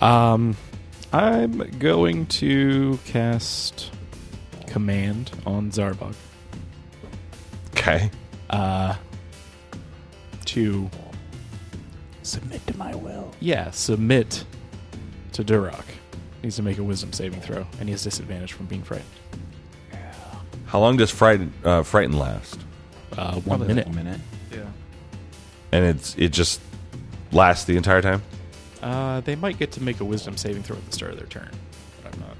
Speaker 3: Um, I'm going to cast command on Zarbog
Speaker 2: Okay.
Speaker 3: to
Speaker 9: Submit to my will.
Speaker 3: yeah submit to Durok. Needs to make a wisdom saving throw, and he has disadvantage from being frightened.
Speaker 2: How long does frighten uh, frighten last?
Speaker 3: Uh, one minute.
Speaker 9: One minute.
Speaker 2: And it's it just lasts the entire time.
Speaker 3: Uh, they might get to make a wisdom saving throw at the start of their turn, but I'm not.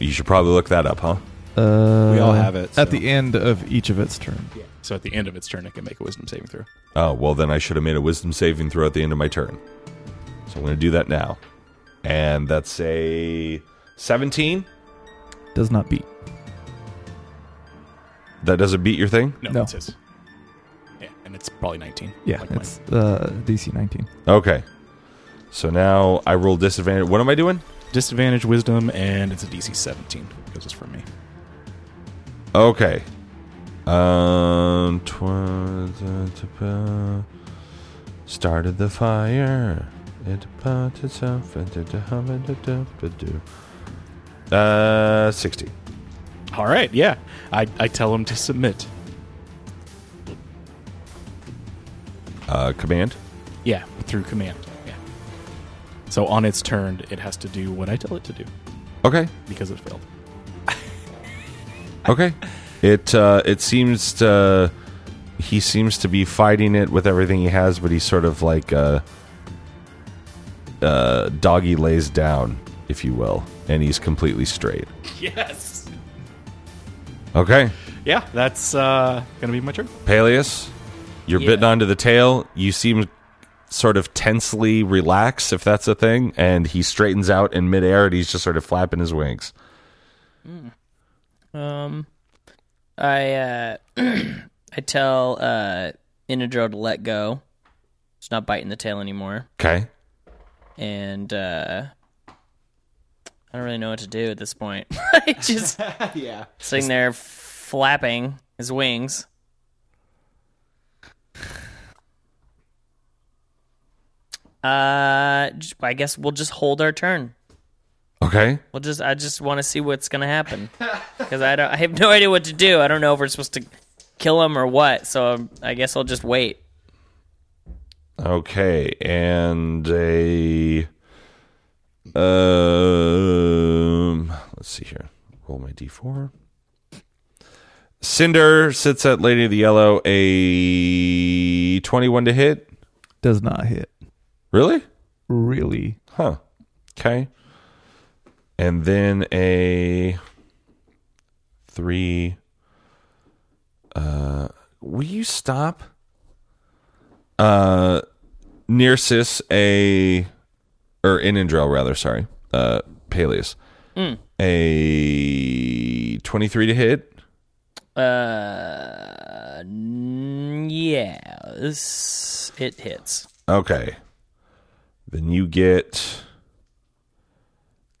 Speaker 2: You should probably look that up, huh?
Speaker 6: Uh,
Speaker 4: We all have it,
Speaker 6: At
Speaker 4: so.
Speaker 6: the end of each of its turn.
Speaker 3: So at the end of its turn, it can make a wisdom saving throw.
Speaker 2: Oh well, then I should have made a wisdom saving throw at the end of my turn. So I'm going to do that now, and that's a seventeen.
Speaker 6: Does not beat.
Speaker 2: That doesn't beat your thing.
Speaker 3: No,
Speaker 6: No.
Speaker 3: it's his. Yeah, and it's probably 19.
Speaker 6: Yeah,
Speaker 3: like mine.
Speaker 6: it's uh, DC 19.
Speaker 2: Okay. So now I roll disadvantage. What am I doing?
Speaker 3: Disadvantage wisdom, and it's a DC 17 because it's from me.
Speaker 2: Okay. Um. tw- da- da- da- started the fire. It burnt itself. and da- da- hum- and da- da- da- do. Uh, sixty.
Speaker 3: All right, yeah. I, I tell him to submit.
Speaker 2: Uh, command.
Speaker 3: Yeah, through command. Yeah. So on its turn, it has to do what I tell it to do
Speaker 2: Okay.
Speaker 3: because it failed.
Speaker 2: Okay. It uh, it seems to he seems to be fighting it with everything he has, but he's sort of like uh, uh, doggy lays down, if you will, and he's completely straight.
Speaker 3: Yes.
Speaker 2: Okay,
Speaker 3: Yeah, that's uh, gonna be my turn.
Speaker 2: Peleus, you're
Speaker 5: Yeah.
Speaker 2: bitten onto the tail. You seem sort of tensely relaxed, if that's a thing, and he straightens out in midair, and he's just sort of flapping his wings.
Speaker 5: Um, I uh, <clears throat> I tell uh Inadro to let go. It's not biting the tail anymore,
Speaker 2: Okay.
Speaker 5: and uh, I don't really know what to do at this point. <laughs> I just yeah, sitting there flapping his wings. Uh, j- I guess we'll just hold our turn.
Speaker 2: Okay.
Speaker 5: Well, just I just want to see what's gonna happen <laughs> because I don't. I have no idea what to do. I don't know if we're supposed to kill him or what. So um, I guess I'll just wait.
Speaker 2: Okay, and a um. Let's see here. Roll my d4. Cinder sits at Lady of the Yellow. A twenty-one to hit.
Speaker 6: Does not hit.
Speaker 2: Really?
Speaker 6: Really?
Speaker 2: Huh. Okay. And then a three. Uh, will you stop? Uh, Nearsis a or Inandrel rather. Sorry, uh, Peleus. A twenty-three to hit.
Speaker 5: Uh, n- yeah, this, it hits.
Speaker 2: Okay. Then you get.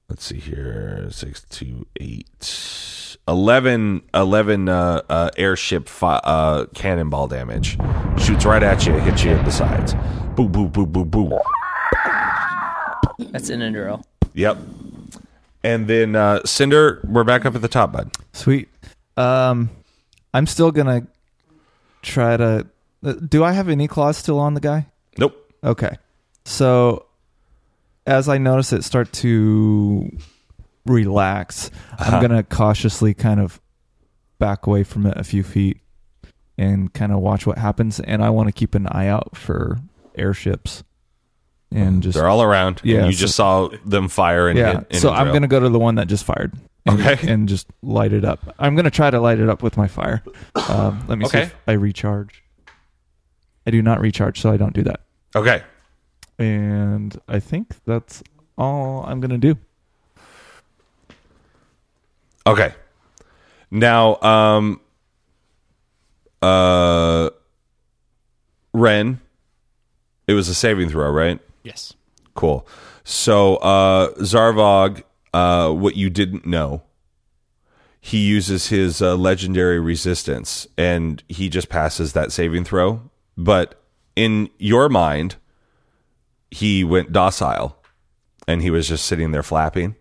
Speaker 2: Let's see here. six, two, eight, eleven, eleven uh, uh, airship fi- uh, cannonball damage. Shoots right at you, hits you in the sides. Boo, boo, boo, boo, boo.
Speaker 5: That's an enduro.
Speaker 2: Yep. And then uh, Cinder, we're back up at the top, bud.
Speaker 6: Sweet. Um, I'm still gonna try to. uh, Do I have any claws still on the guy?
Speaker 2: Nope.
Speaker 6: Okay. So, as I notice it start to relax, I'm gonna cautiously kind of back away from it a few feet and kind of watch what happens. And I want to keep an eye out for airships and just
Speaker 2: They're all around. and
Speaker 6: Yeah,
Speaker 2: you
Speaker 6: so-
Speaker 2: just saw them fire and
Speaker 6: yeah.
Speaker 2: hit. and
Speaker 6: so
Speaker 2: hit
Speaker 6: I'm
Speaker 2: drill.
Speaker 6: gonna go to the one that just fired. And,
Speaker 2: Okay.
Speaker 6: <laughs> And just light it up. I'm gonna try to light it up with my fire. Um, let me see
Speaker 2: Okay.
Speaker 6: if I recharge. I do not recharge, so I don't do that.
Speaker 2: Okay.
Speaker 6: And I think that's all I'm gonna do.
Speaker 2: Okay. Now, um, uh, Ren, it was a saving throw, right?
Speaker 3: Yes.
Speaker 2: Cool. So, uh, Zarvog, uh, what you didn't know, he uses his uh, legendary resistance and he just passes that saving throw. But in your mind, he went docile and he was just sitting there flapping.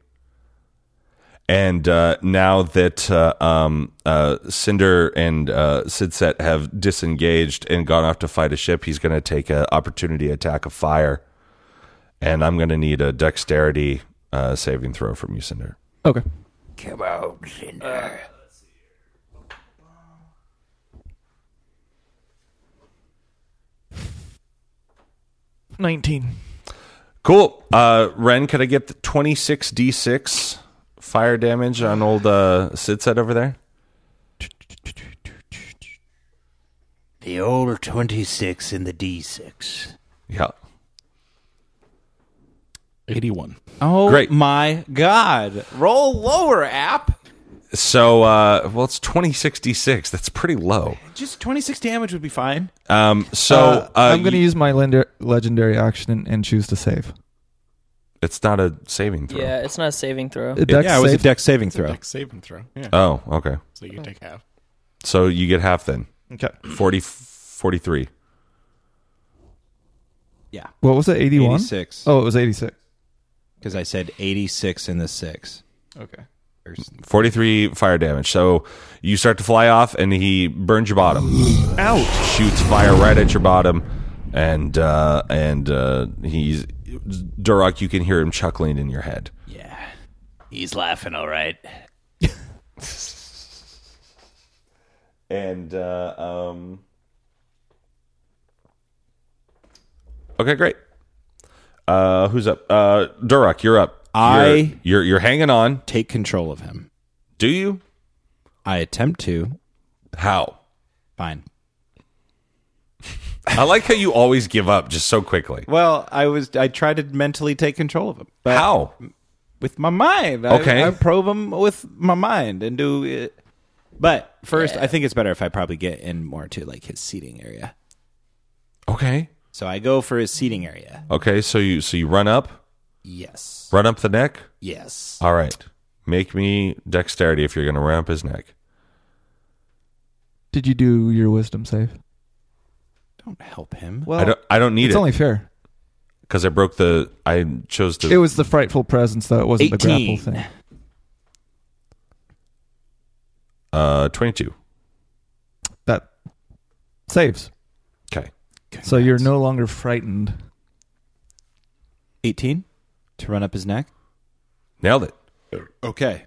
Speaker 2: And uh, now that uh, um, uh, Cinder and uh, Sidset have disengaged and gone off to fight a ship, he's going to take an opportunity attack of fire. And I'm going to need a dexterity uh, saving throw from you, Cinder.
Speaker 6: Okay. Come on, Cinder. Nineteen.
Speaker 2: Cool. Uh, Ren, could I get the 26d6 fire damage on old uh, Sidset over there?
Speaker 9: The old 26 and the D6.
Speaker 2: Yeah.
Speaker 3: 81.
Speaker 4: Oh
Speaker 2: Great.
Speaker 4: my god. Roll lower, app.
Speaker 2: So, uh, well, it's 26d6. That's pretty low.
Speaker 4: Just 26 damage would be fine.
Speaker 2: Um, so
Speaker 6: Uh,
Speaker 2: uh,
Speaker 6: I'm going to
Speaker 2: y-
Speaker 6: use my lender- legendary action and, and choose to save.
Speaker 2: It's not a saving throw.
Speaker 5: Yeah, it's not a saving throw.
Speaker 6: A dex
Speaker 8: yeah, it was
Speaker 6: save?
Speaker 8: a deck saving throw.
Speaker 3: Like save and throw. Yeah.
Speaker 2: Oh, okay.
Speaker 3: so you take half.
Speaker 2: So you get half then.
Speaker 6: Okay.
Speaker 2: 40, 43.
Speaker 4: Yeah.
Speaker 6: What was it? 81?
Speaker 4: 86.
Speaker 6: Oh, it was 86.
Speaker 4: Because I said 86 and the 6.
Speaker 6: Okay.
Speaker 2: 43 fire damage. So you start to fly off, and he burns your bottom. Out. Shoots fire right at your bottom, and uh, and uh, he's Durak. You can hear him chuckling in your head.
Speaker 9: Yeah. He's laughing, all right.
Speaker 2: And uh, um, okay, great. Uh, who's up? Uh, Durak, you're up.
Speaker 4: I-
Speaker 2: you're, you're you're hanging on.
Speaker 4: Take control of him.
Speaker 2: Do you?
Speaker 4: I attempt to.
Speaker 2: How?
Speaker 4: Fine.
Speaker 2: I like how you always give up just so quickly.
Speaker 4: Well, I was I tried to mentally take control of him. But
Speaker 2: How?
Speaker 4: With my mind. I-
Speaker 2: Okay.
Speaker 4: I, probe him with my mind and do it. But first, I think it's better if I probably get in more to like his seating area.
Speaker 2: Okay.
Speaker 4: So I go for his seating area.
Speaker 2: Okay, so you so you run up,
Speaker 4: Yes.
Speaker 2: run up the neck.
Speaker 4: Yes.
Speaker 2: All right, make me dexterity if you're going to run up his neck.
Speaker 6: Did you do your wisdom save?
Speaker 4: Don't help him.
Speaker 6: Well,
Speaker 2: I don't I don't need
Speaker 6: it's
Speaker 2: it
Speaker 6: only fair.
Speaker 2: because I broke the I chose
Speaker 6: It
Speaker 2: to.
Speaker 6: was the frightful presence, though. It wasn't the
Speaker 4: 18.
Speaker 6: grapple thing.
Speaker 2: uh, twenty two.
Speaker 6: That saves.
Speaker 2: Okay,
Speaker 6: So you're no longer frightened.
Speaker 4: 18 to run up his neck.
Speaker 2: nailed it.
Speaker 4: Okay.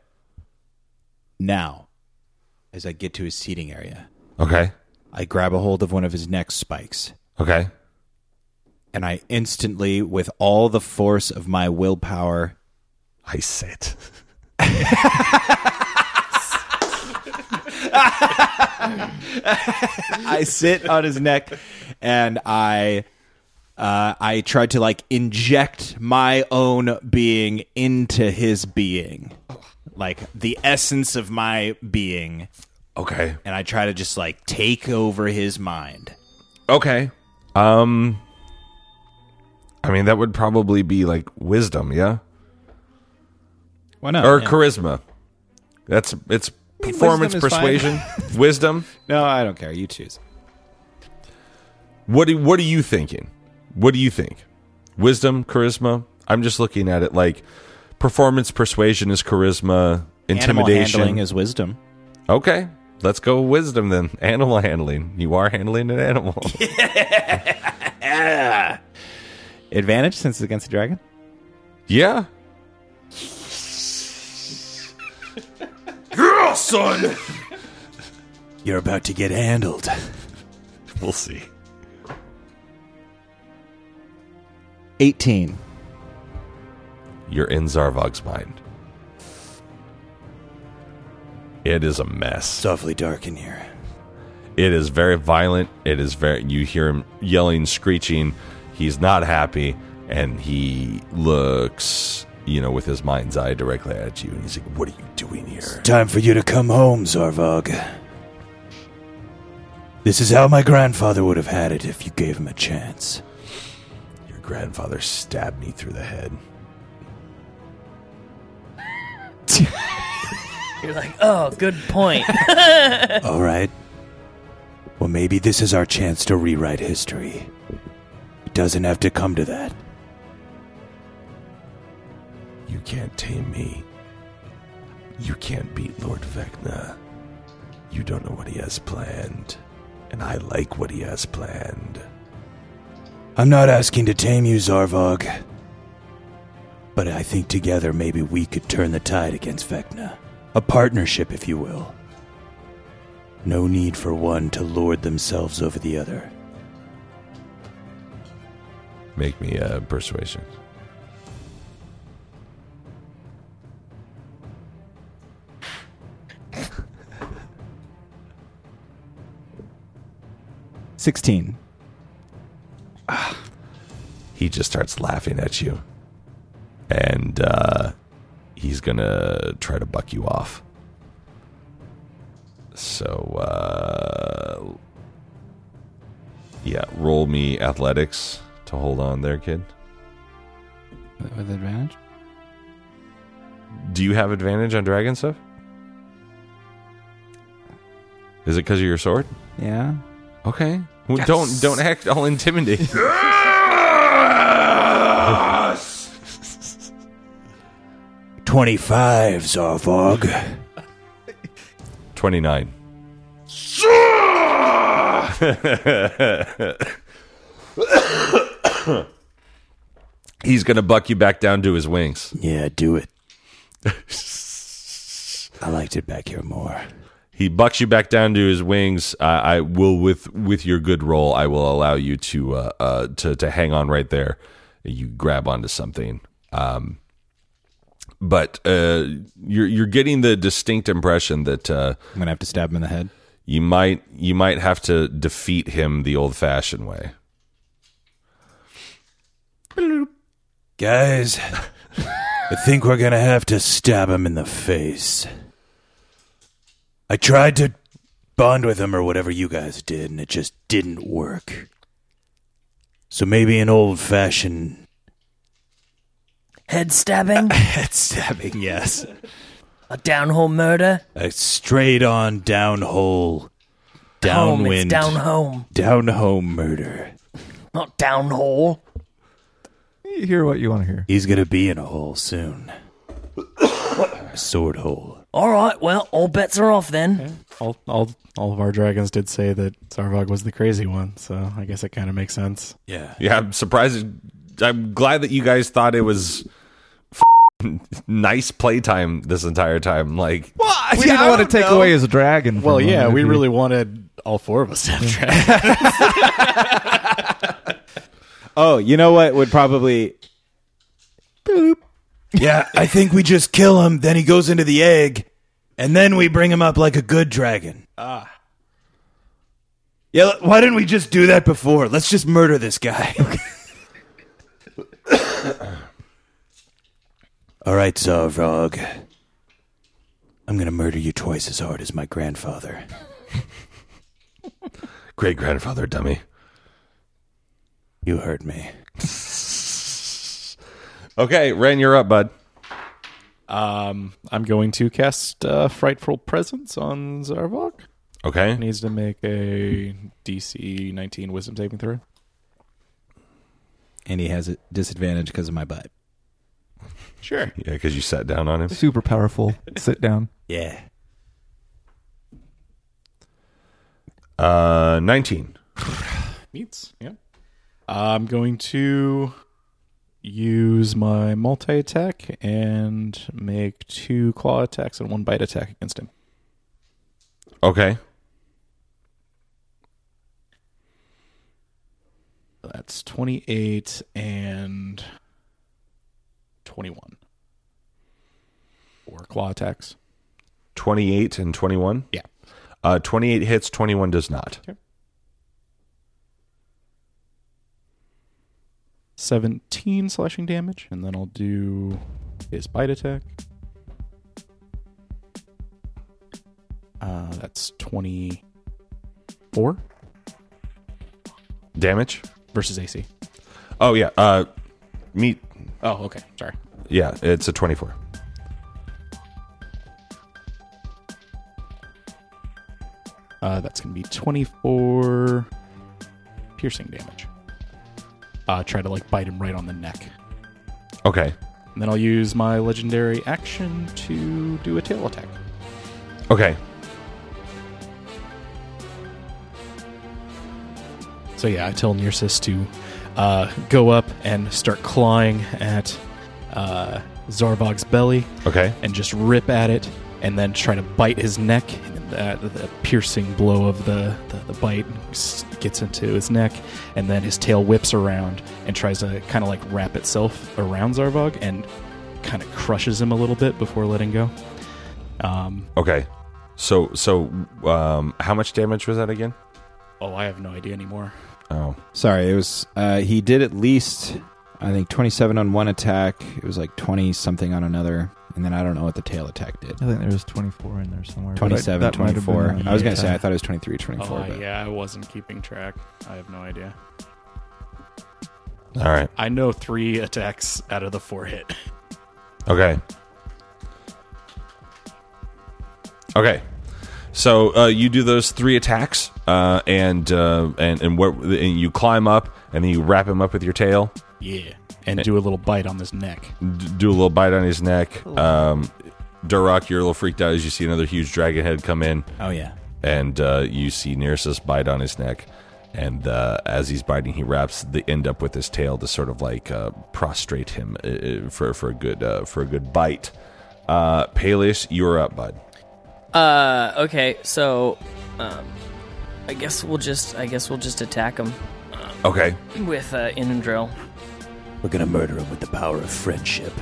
Speaker 4: Now, as I get to his seating area,
Speaker 2: Okay,
Speaker 4: I grab a hold of one of his neck spikes
Speaker 2: okay,
Speaker 4: and I instantly, with all the force of my willpower,
Speaker 2: I sit.
Speaker 4: I sit on his neck and I. Uh, I tried to like inject my own being into his being, like the essence of my being,
Speaker 2: <laughs> Okay,
Speaker 4: and I try to just like take over his mind.
Speaker 2: okay. Um, I mean that would probably be like wisdom, yeah,
Speaker 4: Why not?
Speaker 2: or charisma. That's it's performance,
Speaker 4: wisdom is fine.
Speaker 6: <laughs>
Speaker 2: persuasion, wisdom.
Speaker 4: no, I don't care. You choose.
Speaker 2: What do, what are you thinking? What do you think? Wisdom, charisma? I'm just looking at it like performance, persuasion is charisma,
Speaker 4: Animal handling
Speaker 2: intimidation
Speaker 4: is wisdom.
Speaker 2: okay. Let's go wisdom then. <laughs> Animal handling. You are handling an
Speaker 4: <laughs>
Speaker 2: animal.
Speaker 4: Advantage since it's against the dragon.
Speaker 2: yeah.
Speaker 4: You're about to get handled.
Speaker 2: <laughs> We'll see.
Speaker 4: 18.
Speaker 2: You're in Zarvog's mind. It is a mess.
Speaker 4: It's awfully dark in here.
Speaker 2: It is very violent. It is very. You hear him yelling, screeching. He's not happy, and he looks, you know, with his mind's eye directly at you, and he's like, "What are you doing here?"
Speaker 7: Time for you to come home, Zarvog. This is how my grandfather would have had it if you gave him a chance.
Speaker 2: Your grandfather stabbed me through the head.
Speaker 5: You're like, oh, good
Speaker 9: <laughs>
Speaker 5: point.
Speaker 7: All right. Well, maybe this is our chance to rewrite history. It doesn't have to come to that.
Speaker 2: You can't tame me. You can't beat Lord Vecna. You don't know what he has planned. And I like what he has planned.
Speaker 7: I'm not asking to tame you, Zarvog. But I think together maybe we could turn the tide against Vecna. A partnership, if you will. No need for one to lord themselves over the other.
Speaker 2: Make me a persuasion.
Speaker 8: Sixteen.
Speaker 2: He just starts laughing at you. And uh, he's going to try to buck you off. So, uh, yeah, roll me athletics to hold on there, kid.
Speaker 8: With advantage?
Speaker 2: Do you have advantage on dragon stuff? Is it because of your sword?
Speaker 8: Yeah.
Speaker 2: Okay. Well, Don't don't act all intimidated.
Speaker 7: Twenty-five, Zarvog.
Speaker 2: Twenty nine. <laughs> He's gonna buck you back down to his wings.
Speaker 7: Yeah,
Speaker 8: <laughs>
Speaker 7: do it. I liked it back here more.
Speaker 2: He bucks you back down to his wings. Uh, I will with with your good roll. I will allow you to uh, uh, to to hang on right there. You grab onto something. Um, but uh, you're you're getting the distinct impression that uh,
Speaker 8: I'm gonna have to stab him in the head.
Speaker 2: you might you might have to defeat him the old fashioned way.
Speaker 7: Guys, I think we're gonna have to stab him in the face. I tried to bond with him or whatever you guys did, and it just didn't work. So maybe an old fashioned
Speaker 5: Head stabbing,
Speaker 7: head stabbing, yes.
Speaker 5: a downhole murder,
Speaker 7: A straight on down hole,
Speaker 5: home. It's
Speaker 7: downwind,
Speaker 5: down home,
Speaker 7: down home murder.
Speaker 5: not downhole.
Speaker 6: You hear what you want to hear.
Speaker 7: He's gonna be in a hole soon. <coughs> a sword hole.
Speaker 5: All right, well, all bets are off then.
Speaker 3: All, all, all of our dragons did say that Sarvog was the crazy one, so I guess it kind of makes sense.
Speaker 7: Yeah.
Speaker 2: Yeah, I'm surprised. I'm glad that you guys thought it was f- nice playtime this entire time. Like,
Speaker 6: We didn't want to take away his dragon. from
Speaker 3: Well,
Speaker 6: him
Speaker 3: yeah,
Speaker 6: if
Speaker 3: we
Speaker 6: he-
Speaker 3: really wanted all four of us to <laughs> have dragons.
Speaker 8: Oh, you know what would probably
Speaker 7: Yeah, I think we just kill him, then he goes into the egg, and then we bring him up like a good dragon. Ah. Yeah, l- why didn't we just do that before? Let's just murder this guy. <laughs> All right, Zavrog. I'm going to murder you twice as hard as my grandfather.
Speaker 2: great grandfather dummy.
Speaker 7: You heard me.
Speaker 2: Okay, Ren, you're up, bud.
Speaker 3: um, I'm going to cast uh, Frightful Presence on Zarvog.
Speaker 2: Okay,
Speaker 3: Needs to make a DC 19 Wisdom saving throw.
Speaker 8: and he has a disadvantage because of my butt.
Speaker 3: Sure.
Speaker 2: yeah, because you sat down on him.
Speaker 6: super powerful. Sit down.
Speaker 7: Yeah.
Speaker 2: Uh, nineteen.
Speaker 3: Meats. Yeah. I'm going to use my multi attack and make two claw attacks and one bite attack against him.
Speaker 2: Okay,
Speaker 3: That's 28 and 21. Four claw attacks.
Speaker 2: twenty-eight and twenty-one.
Speaker 3: Yeah.
Speaker 2: Uh, twenty-eight hits. Twenty-one does not.
Speaker 3: 17 slashing damage, and then I'll do his bite attack. Uh, that's 24
Speaker 2: Damage.
Speaker 3: versus AC.
Speaker 2: Oh yeah. Uh, meat.
Speaker 3: Oh, okay. Sorry.
Speaker 2: Yeah, it's a twenty-four.
Speaker 3: Uh, that's going to be 24 piercing damage. Uh, try to like bite him right on the neck.
Speaker 2: Okay.
Speaker 3: And then I'll use my legendary action to do a tail attack.
Speaker 2: Okay.
Speaker 3: So yeah, I tell Nearsis to uh, go up and start clawing at uh, Zarvog's belly
Speaker 2: Okay.
Speaker 3: and just rip at it and then try to bite his neck. And then that, the piercing blow of the, the, the bite s- gets into his neck and then his tail whips around and tries to kind of like wrap itself around Zarvog and kind of crushes him a little bit before letting go. Um,
Speaker 2: Okay. So so um how much damage was that again?
Speaker 3: oh, I have no idea anymore.
Speaker 2: Oh.
Speaker 4: Sorry, it was. Uh, he did at least, I think, 27 on one attack. It was like 20 something on another. And then I don't know what the tail attack did.
Speaker 6: I think there was 24 in there somewhere. but I-
Speaker 4: 27,
Speaker 6: that might have been
Speaker 4: 24.
Speaker 6: on
Speaker 4: I was
Speaker 6: the
Speaker 4: going to say, I
Speaker 6: attack.
Speaker 4: thought it was 23, 24.
Speaker 3: oh,
Speaker 4: but
Speaker 3: yeah, I wasn't keeping track. I have no idea.
Speaker 2: All right.
Speaker 3: I know three attacks out of the four hit.
Speaker 2: Okay. Okay. So uh, you do those three attacks, uh, and uh, and and what? And you climb up, and then you wrap him up with your tail,
Speaker 3: Yeah. And do a little bite on this neck.
Speaker 2: d- do a little bite on his neck. Um, Duroc, you're a little freaked out as you see another huge dragon head come in,
Speaker 9: Oh yeah.
Speaker 2: and uh, you see Nearsis bite on his neck, and uh, as he's biting, he wraps the end up with his tail to sort of like uh, prostrate him uh, uh, for for a good uh, for a good bite. Uh, Peleus, you're up, bud.
Speaker 5: Uh, okay, so, um, I guess we'll just, I guess we'll just attack him
Speaker 2: Okay.
Speaker 5: <clears throat> with uh, Inandril.
Speaker 9: We're gonna murder him with the power of friendship.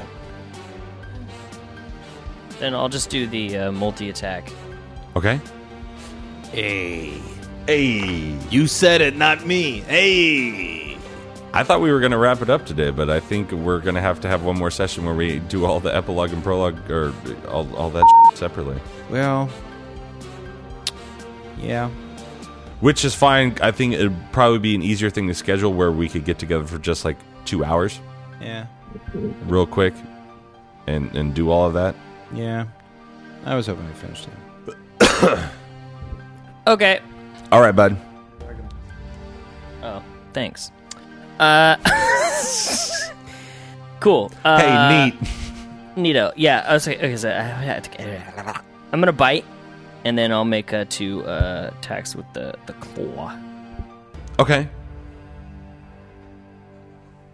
Speaker 5: Then I'll just do the uh, multi attack.
Speaker 2: Okay.
Speaker 9: Hey.
Speaker 2: Hey.
Speaker 9: You said it, not me. Hey.
Speaker 2: I thought we were going to wrap it up today, but I think we're going to have to have one more session where we do all the epilogue and prologue or all, all that separately.
Speaker 4: Well, yeah.
Speaker 2: Which is fine. I think it'd probably be an easier thing to schedule where we could get together for just like two hours
Speaker 4: Yeah.
Speaker 2: real quick and, and do all of that.
Speaker 4: Yeah. I was hoping we finished it.
Speaker 5: Okay.
Speaker 2: All right, bud.
Speaker 5: Oh, thanks. Uh, <laughs> cool. Uh,
Speaker 2: hey, neat.
Speaker 5: neat. Neato. Yeah. I was like, okay, so uh, I had to- I'm gonna bite, and then I'll make uh, two uh, attacks with the the claw.
Speaker 2: Okay.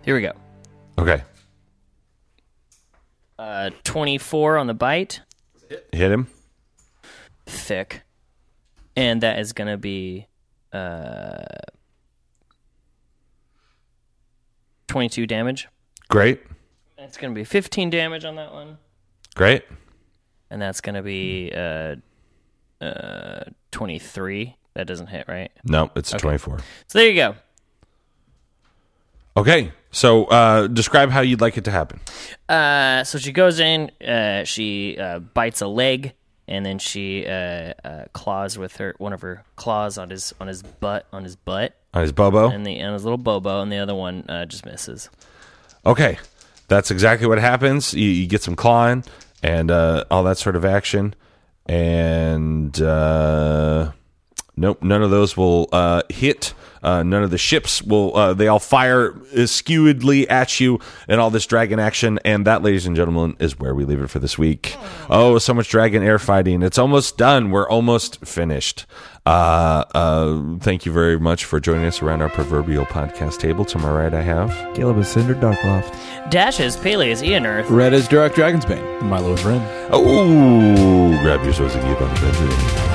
Speaker 5: Here we go.
Speaker 2: Okay.
Speaker 5: Uh, 24 on the bite,
Speaker 2: Hit him.
Speaker 5: thick, and that is gonna be uh 22 damage.
Speaker 2: Great.
Speaker 5: That's gonna be 15 damage on that one.
Speaker 2: Great.
Speaker 5: and that's gonna be uh, uh, twenty three. That doesn't hit, right?
Speaker 2: No, it's a 24.
Speaker 5: So there you go.
Speaker 2: Okay. So uh, describe how you'd like it to happen.
Speaker 5: Uh, so she goes in, uh, she uh, bites a leg, and then she uh, uh, claws with her one of her claws on his on his butt on his butt,
Speaker 2: On his Uh, Bobo.
Speaker 5: and the on his little bobo, and the other one uh, just misses.
Speaker 2: Okay, that's exactly what happens. You, you get some clawing and uh, all that sort of action, and uh, nope, none of those will uh, hit. Uh, none of the ships will. Uh, they all fire skewedly at you, and all this dragon action. And that, ladies and gentlemen, is where we leave it for this week. Oh, so much dragon air fighting! It's almost done. We're almost finished. Uh, uh, thank you very much for joining us around our proverbial podcast table. To my right, I have.
Speaker 6: Caleb is Cinder Darkloft.
Speaker 5: Dash is Pele is Ian Earth.
Speaker 4: Red is Dark Dragon's Bane.
Speaker 3: Milo's Ren.
Speaker 2: Oh, grab your swords and keep on adventuring.